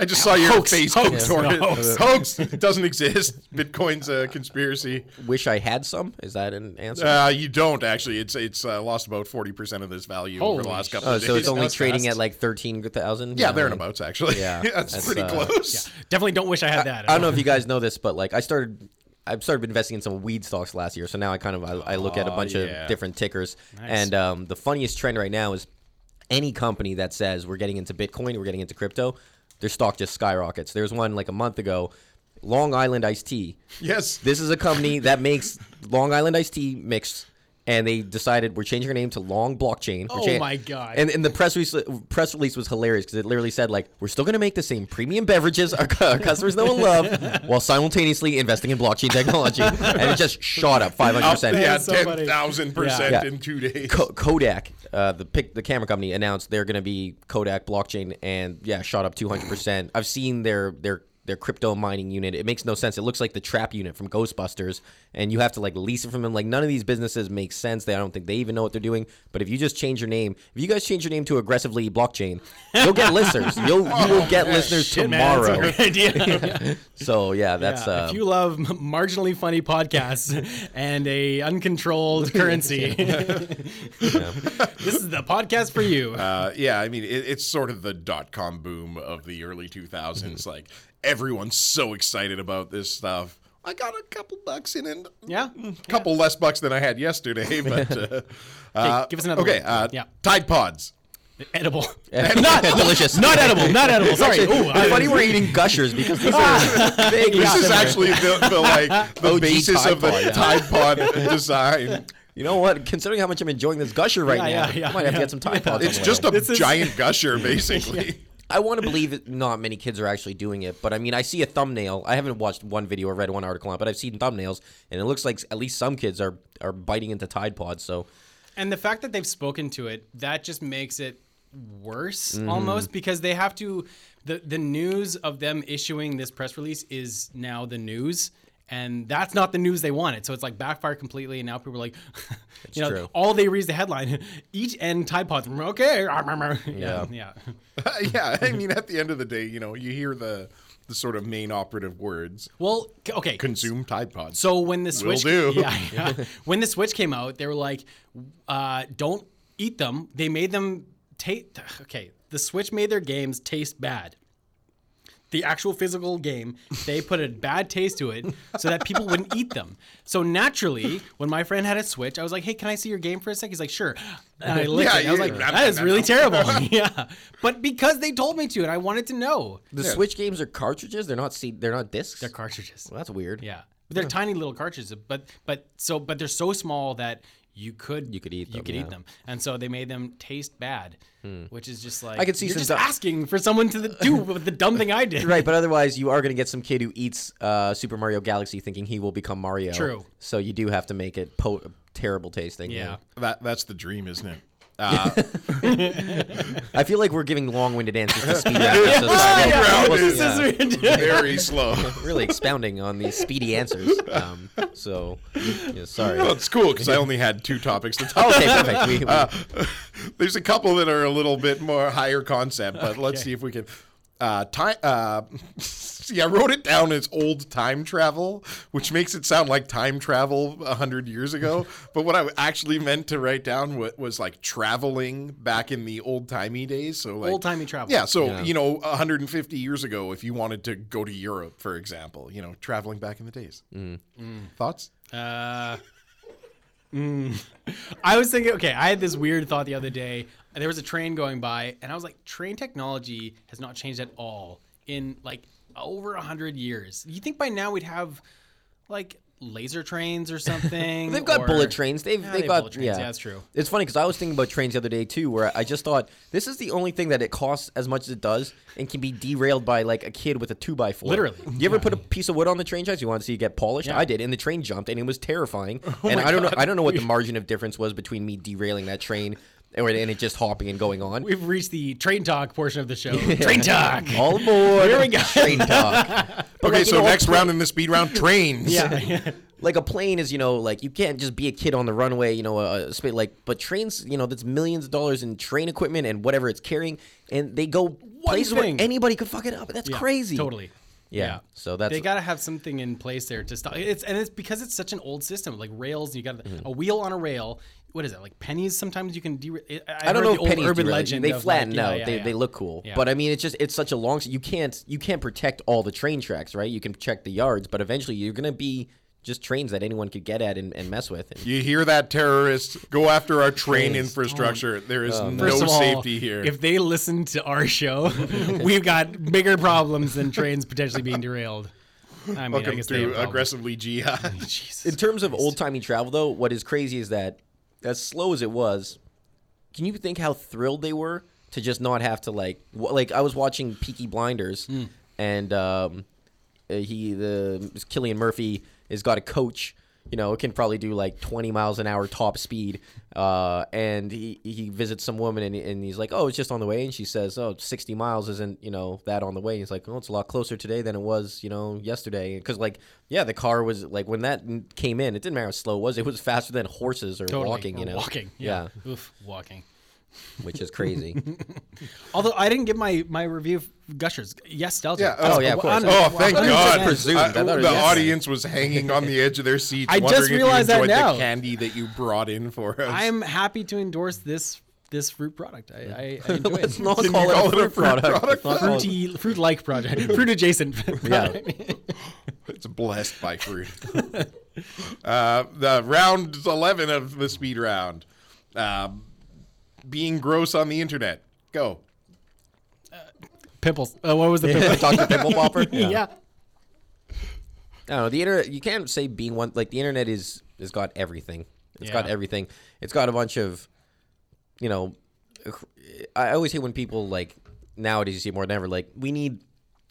I just saw your
Hoax,
face
hoax,
hoax, toward it.
no.
Hoax It doesn't exist. Bitcoin's a conspiracy.
Wish I had some. Is that an answer?
Uh, you don't actually. It's it's uh, lost about forty percent of this value over the
Holy
last couple
oh,
of days.
so it's only
That's
trading
fast.
at like thirteen thousand.
yeah, thereabouts actually.
Yeah,
that's,
that's,
pretty
uh,
close.
definitely don't wish I had that.
I don't know if you guys know this, but like I started, I've started investing in some weed stocks last year. So now I kind of I, I look at a
Oh,
bunch
yeah.
of different tickers, and um, the funniest trend right now is any company that says we're getting into Bitcoin, we're getting into crypto, their stock just skyrockets. There's one like a month ago, Long Island Iced Tea.
Yes.
This is a company that makes Long Island iced tea mixed, and they decided we're changing our name to Long Blockchain. We're
Oh
chan-
my God.
And and the press release press release was hilarious because it literally said like we're still going to make the same premium beverages our, cu- our customers know and love while simultaneously investing in blockchain technology, and it just shot up 500
Up,
percent.
yeah,
That's so funny.
ten thousand percent
Yeah.
in two days.
Ko- Kodak, uh, the pic, the camera company, announced they're going to be Kodak blockchain, and yeah, shot up two hundred percent. I've seen their their their crypto mining unit. It makes no sense. It looks like the trap unit from Ghostbusters, and you have to like lease it from them. Like none of these businesses make sense. They I don't think they even know what they're doing. But if you just change your name, if you guys change your name to aggressively blockchain, you'll get listeners. You'll you will get listeners
Oh, Man,
tomorrow.
that's a great idea.
So yeah, that's
Yeah,
uh,
if you love m- marginally funny podcasts and a uncontrolled currency, this is the podcast for you.
Uh, yeah, I mean, it, it's sort of the dot com boom of the early
Mm-hmm.
2000s. like, everyone's so excited about this stuff. I got a couple bucks in and
yeah,
a couple less bucks than I had yesterday, but uh, uh,
give us another
Okay,
one.
uh,
Yeah.
Tide Pods.
edible.
not delicious.
Not edible. Not edible. Sorry. Ooh,
it's
I-
funny we're eating gushers because these
Ah.
are big.
This is actually the, the like the
OG
basis
Tide
of the
Pod, yeah.
Tide Pod design.
You know what? Considering how much I'm enjoying this gusher right
Yeah,
now,
yeah, yeah,
I might have
yeah.
to get some Tide Pods.
It's
on the
just
way.
a
This is-
giant gusher, basically.
I want to believe that not many kids are actually doing it, but I mean, I see a thumbnail. I haven't watched one video or read one article on, it, but I've seen thumbnails, and it looks like at least some kids are are biting into Tide Pods. So
And the fact that they've spoken to it, that just makes it worse almost because they have to the the news of them issuing this press release is now the news and that's not the news they wanted. So it's like backfire completely and now people are like you know
true.
all they read is the headline. Each end Tide Pods. Okay. Yeah. Yeah.
yeah, I mean, at the end of the day, you know, you hear the the sort of main operative words:
Well, c- okay.
consume Tide Pods.
So when the switch,
do.
Yeah, yeah. when the switch came out, they were like, uh, "Don't eat them." They made them taste. Okay, the switch made their games taste bad. The actual physical game, they put a bad taste to it so that people wouldn't eat them. So naturally, when my friend had a switch, I was like, "Hey, can I see your game for a sec?" He's like, "Sure." And I licked
Yeah,
it. and I was
you-
like, "That is really terrible." yeah, but because they told me to, and I wanted to know,
the Switch games are cartridges; they're not seed, they're not discs.
they're cartridges.
well, that's weird.
Yeah, but they're tiny little cartridges, but but so but they're so small that you could
You could eat
you
them,
could
yeah. Hmm.
eat them, and so they made them taste bad, which is just like
I could see
you're
since
just
I-
asking for someone to the, do the dumb thing I did.
Right, but otherwise you are going to get some kid who eats uh, Super Mario Galaxy thinking he will become Mario.
True.
So you do have to make it po- terrible tasting.
Yeah.
that that's the dream, isn't it? Uh,
I feel like we're giving long-winded answers to speed round. so sorry.
round
Well,
is
yeah.
very slow.
really expounding on these speedy answers. Um, so, yeah, sorry.
Well, it's cool because I only had two topics to talk.
Okay, perfect. We, we,
Uh,
There's a couple that are a little bit more higher concept, but let's see if we can. Uh, time. Uh, see, I wrote it down as old time travel, which makes it sound like time travel a hundred years ago. but what I actually meant to write down was, was like traveling back in the old timey days. So like
Old timey travel.
Yeah. So you know, 150 years ago, if you wanted to go to Europe, for example, you know, traveling back in the days. Mm. Thoughts?
Uh, mm. I was thinking, okay, I had this weird thought the other day. There was a train going by, and I was like, train technology has not changed at all in like over a hundred years. You think by now we'd have like laser trains or something?
they've got
or-
bullet trains. They've,
Yeah,
they've
they
got
bullet trains.
Yeah.
Yeah, that's true.
It's funny because I was thinking about trains the other day too, where I just thought this is the only thing that it costs as much as it does and can be derailed by like a kid with a two by four.
Literally.
You ever put a piece of wood on the train tracks? You want to see it get polished? I did, and the train jumped, and it was terrifying.
Oh
and I don't know. I don't know what the margin of difference was between me derailing that train. Or, and it just hopping and going on.
We've reached the train talk portion of the show. Train talk.
All aboard.
Here we go.
Train talk. But,
Okay,
like, you
so
know,
next round in the speed round, trains.
yeah.
like a plane is you know like you can't just be a kid on the runway you know a, a spa- like but trains you know that's millions of dollars in train equipment and whatever it's carrying and they go places
thing.
where anybody could fuck it up that's
Yeah,
crazy
Totally.
yeah, so that's
they got to have something in place there to stop. It's and it's because it's such an old system, like rails. You got
Mm-hmm.
a wheel on a rail. What is that? Like pennies. Sometimes you can derail. I,
I don't
heard
know
the
if
old
pennies
urban
do really-
legend.
They
of, like,
flatten
yeah,
out.
yeah,
they,
yeah.
they look cool,
Yeah.
but I mean, it's just it's such a long. You can't you can't protect all the train tracks, right? You can protect the yards, but eventually you're gonna be just trains that anyone could get at and, and mess with. And
You hear that, terrorists? Go after our train infrastructure.
Oh,
There is no
First of all,
safety here.
If they listen to our show, we've got bigger problems than trains potentially being derailed. I mean, I
Welcome
guess they have
to
problems.
aggressively jihad.
Jesus.
In terms of old timey travel, though, what is crazy is that as slow as it was, can you think how thrilled they were to just not have to like w- like I was watching Peaky Blinders,
Hmm.
and um, uh, he the Killian Murphy has got a coach. you know, it can probably do like 20 miles an hour top speed. Uh, and he, he visits some woman and, and he's like, oh, it's just on the way. And she says, oh, 60 miles isn't, you know, that on the way. And he's like, oh, it's a lot closer today than it was, you know, yesterday. Because, like, yeah, the car was like, when that n- came in, it didn't matter how slow it was. It was faster than horses or
Totally.
walking,
Or
you know.
Walking. Yeah. Oof, walking.
Yeah, which is crazy.
Although I didn't give my my review of Gushers. Yes, Delta.
Yeah,
oh, yeah, of course.
Oh, thank
Wow.
God!
I
presumed. I
I-
thought it was
the
yes.
audience was hanging on the edge of their seats.
I just
wondering if you
realized that
enjoyed
now.
The candy that you brought in for us.
I am happy to endorse this this fruit product. I, I, I enjoy
Let's
it.
not
Can you
call,
call
it a fruit product. Let's not call it-
Fruity, fruit like project, fruit adjacent. product.
It's blessed by fruit. uh, the round eleven of the speed round, um, being gross on the internet. Go.
Pimples. Uh, what was the pimple?
Dr. Pimple Popper?
Yeah.
I don't know. The internet, you can't say being one. Like the internet is has got everything. It's got
Yeah.
everything. It's got a bunch of, you know, I always hate when people like nowadays you see more than ever. Like we need.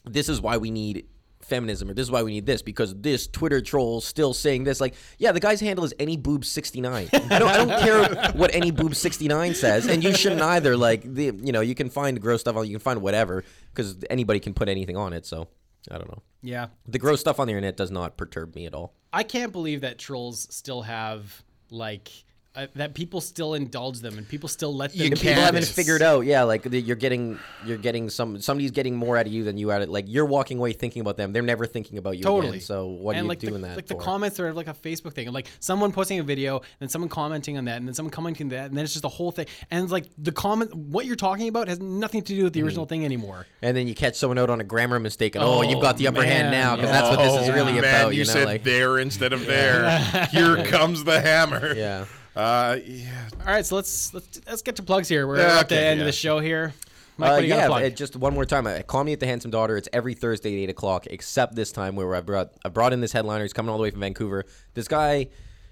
This is why we need feminism, or this is why we need this because this Twitter troll still saying this. Like, yeah, the guy's handle is any boob sixty nine. I don't, I don't care what any boob sixty nine says, and you shouldn't either. Like, the, you know, you can find gross stuff on. You can find whatever because anybody can put anything on it. So I don't know.
Yeah.
The gross stuff on the internet does not perturb me at all.
I can't believe that trolls still have like uh, that. People still indulge them, and people still let them.
You
do
can't.
People haven't
Yes.
figured out, yeah, like the, you're getting, you're getting some, somebody's getting more out of you than you out of, like you're walking away thinking about them. They're never thinking about you.
Totally.
Again, so what
and
are you
like
doing
the,
that
Like
for?
the comments are like a Facebook thing. of, Like someone posting a video, and then someone commenting on that, and then someone commenting on that, and then it's just a whole thing. And it's like the comment, what you're talking about has nothing to do
Mm-hmm.
with the original thing anymore.
and then you catch someone out on a grammar mistake, and oh, you've got the upper hand
man,
now because
yeah.
that's what this is
Oh,
really
man,
about.
You,
You, know,
said
like
there instead of there. Here comes the hammer.
yeah.
Uh, yeah.
All right, so let's let's let's get to plugs here. We're
Yeah,
at the
okay,
end
yeah.
of the show here. Mike,
Uh,
what do you got
yeah,
to plug?
uh, just one more time. Uh, call me at the Handsome Daughter. It's every Thursday at eight o'clock, except this time where I brought I brought in this headliner. He's coming all the way from Vancouver. This guy,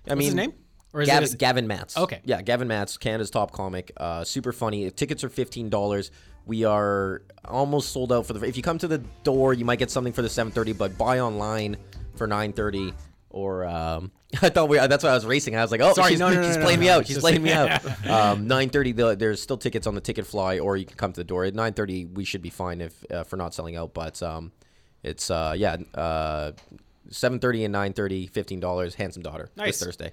I mean,
What's his name? Or is it
Gavin,
his-
Gavin Matz.
Okay.
Yeah, Gavin Matz, Canada's top comic. Uh, super funny. Tickets are fifteen dollars. We are almost sold out for the. If you come to the door, you might get something for the seven thirty, but buy online for nine thirty. Or um, I thought we. That's why I was racing. I was like, oh,
Sorry,
she's,
no, no, no,
she's
no,
playing
no,
me
no.
out. She's playing me out. Um, nine thirty. There's still tickets on the ticket fly, or you can come to the door at nine thirty. We should be fine if uh, for not selling out. But um, it's uh, yeah, uh, seven thirty and nine thirty, fifteen dollars. Handsome daughter.
Nice.
This Thursday.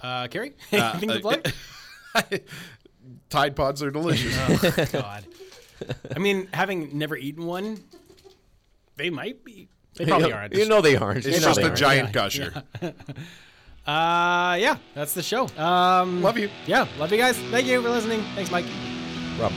uh, Carrie, anything to
uh,
plug?
Tide pods are delicious.
God. I mean, having never eaten one, they might be. They probably
you,
aren't.
You know they aren't.
It's
You know
just
they
a
aren't.
giant gusher.
Uh, yeah, that's the show. Um,
Love you.
yeah, love you guys. Thank you for listening. Thanks, Mike.
Rob.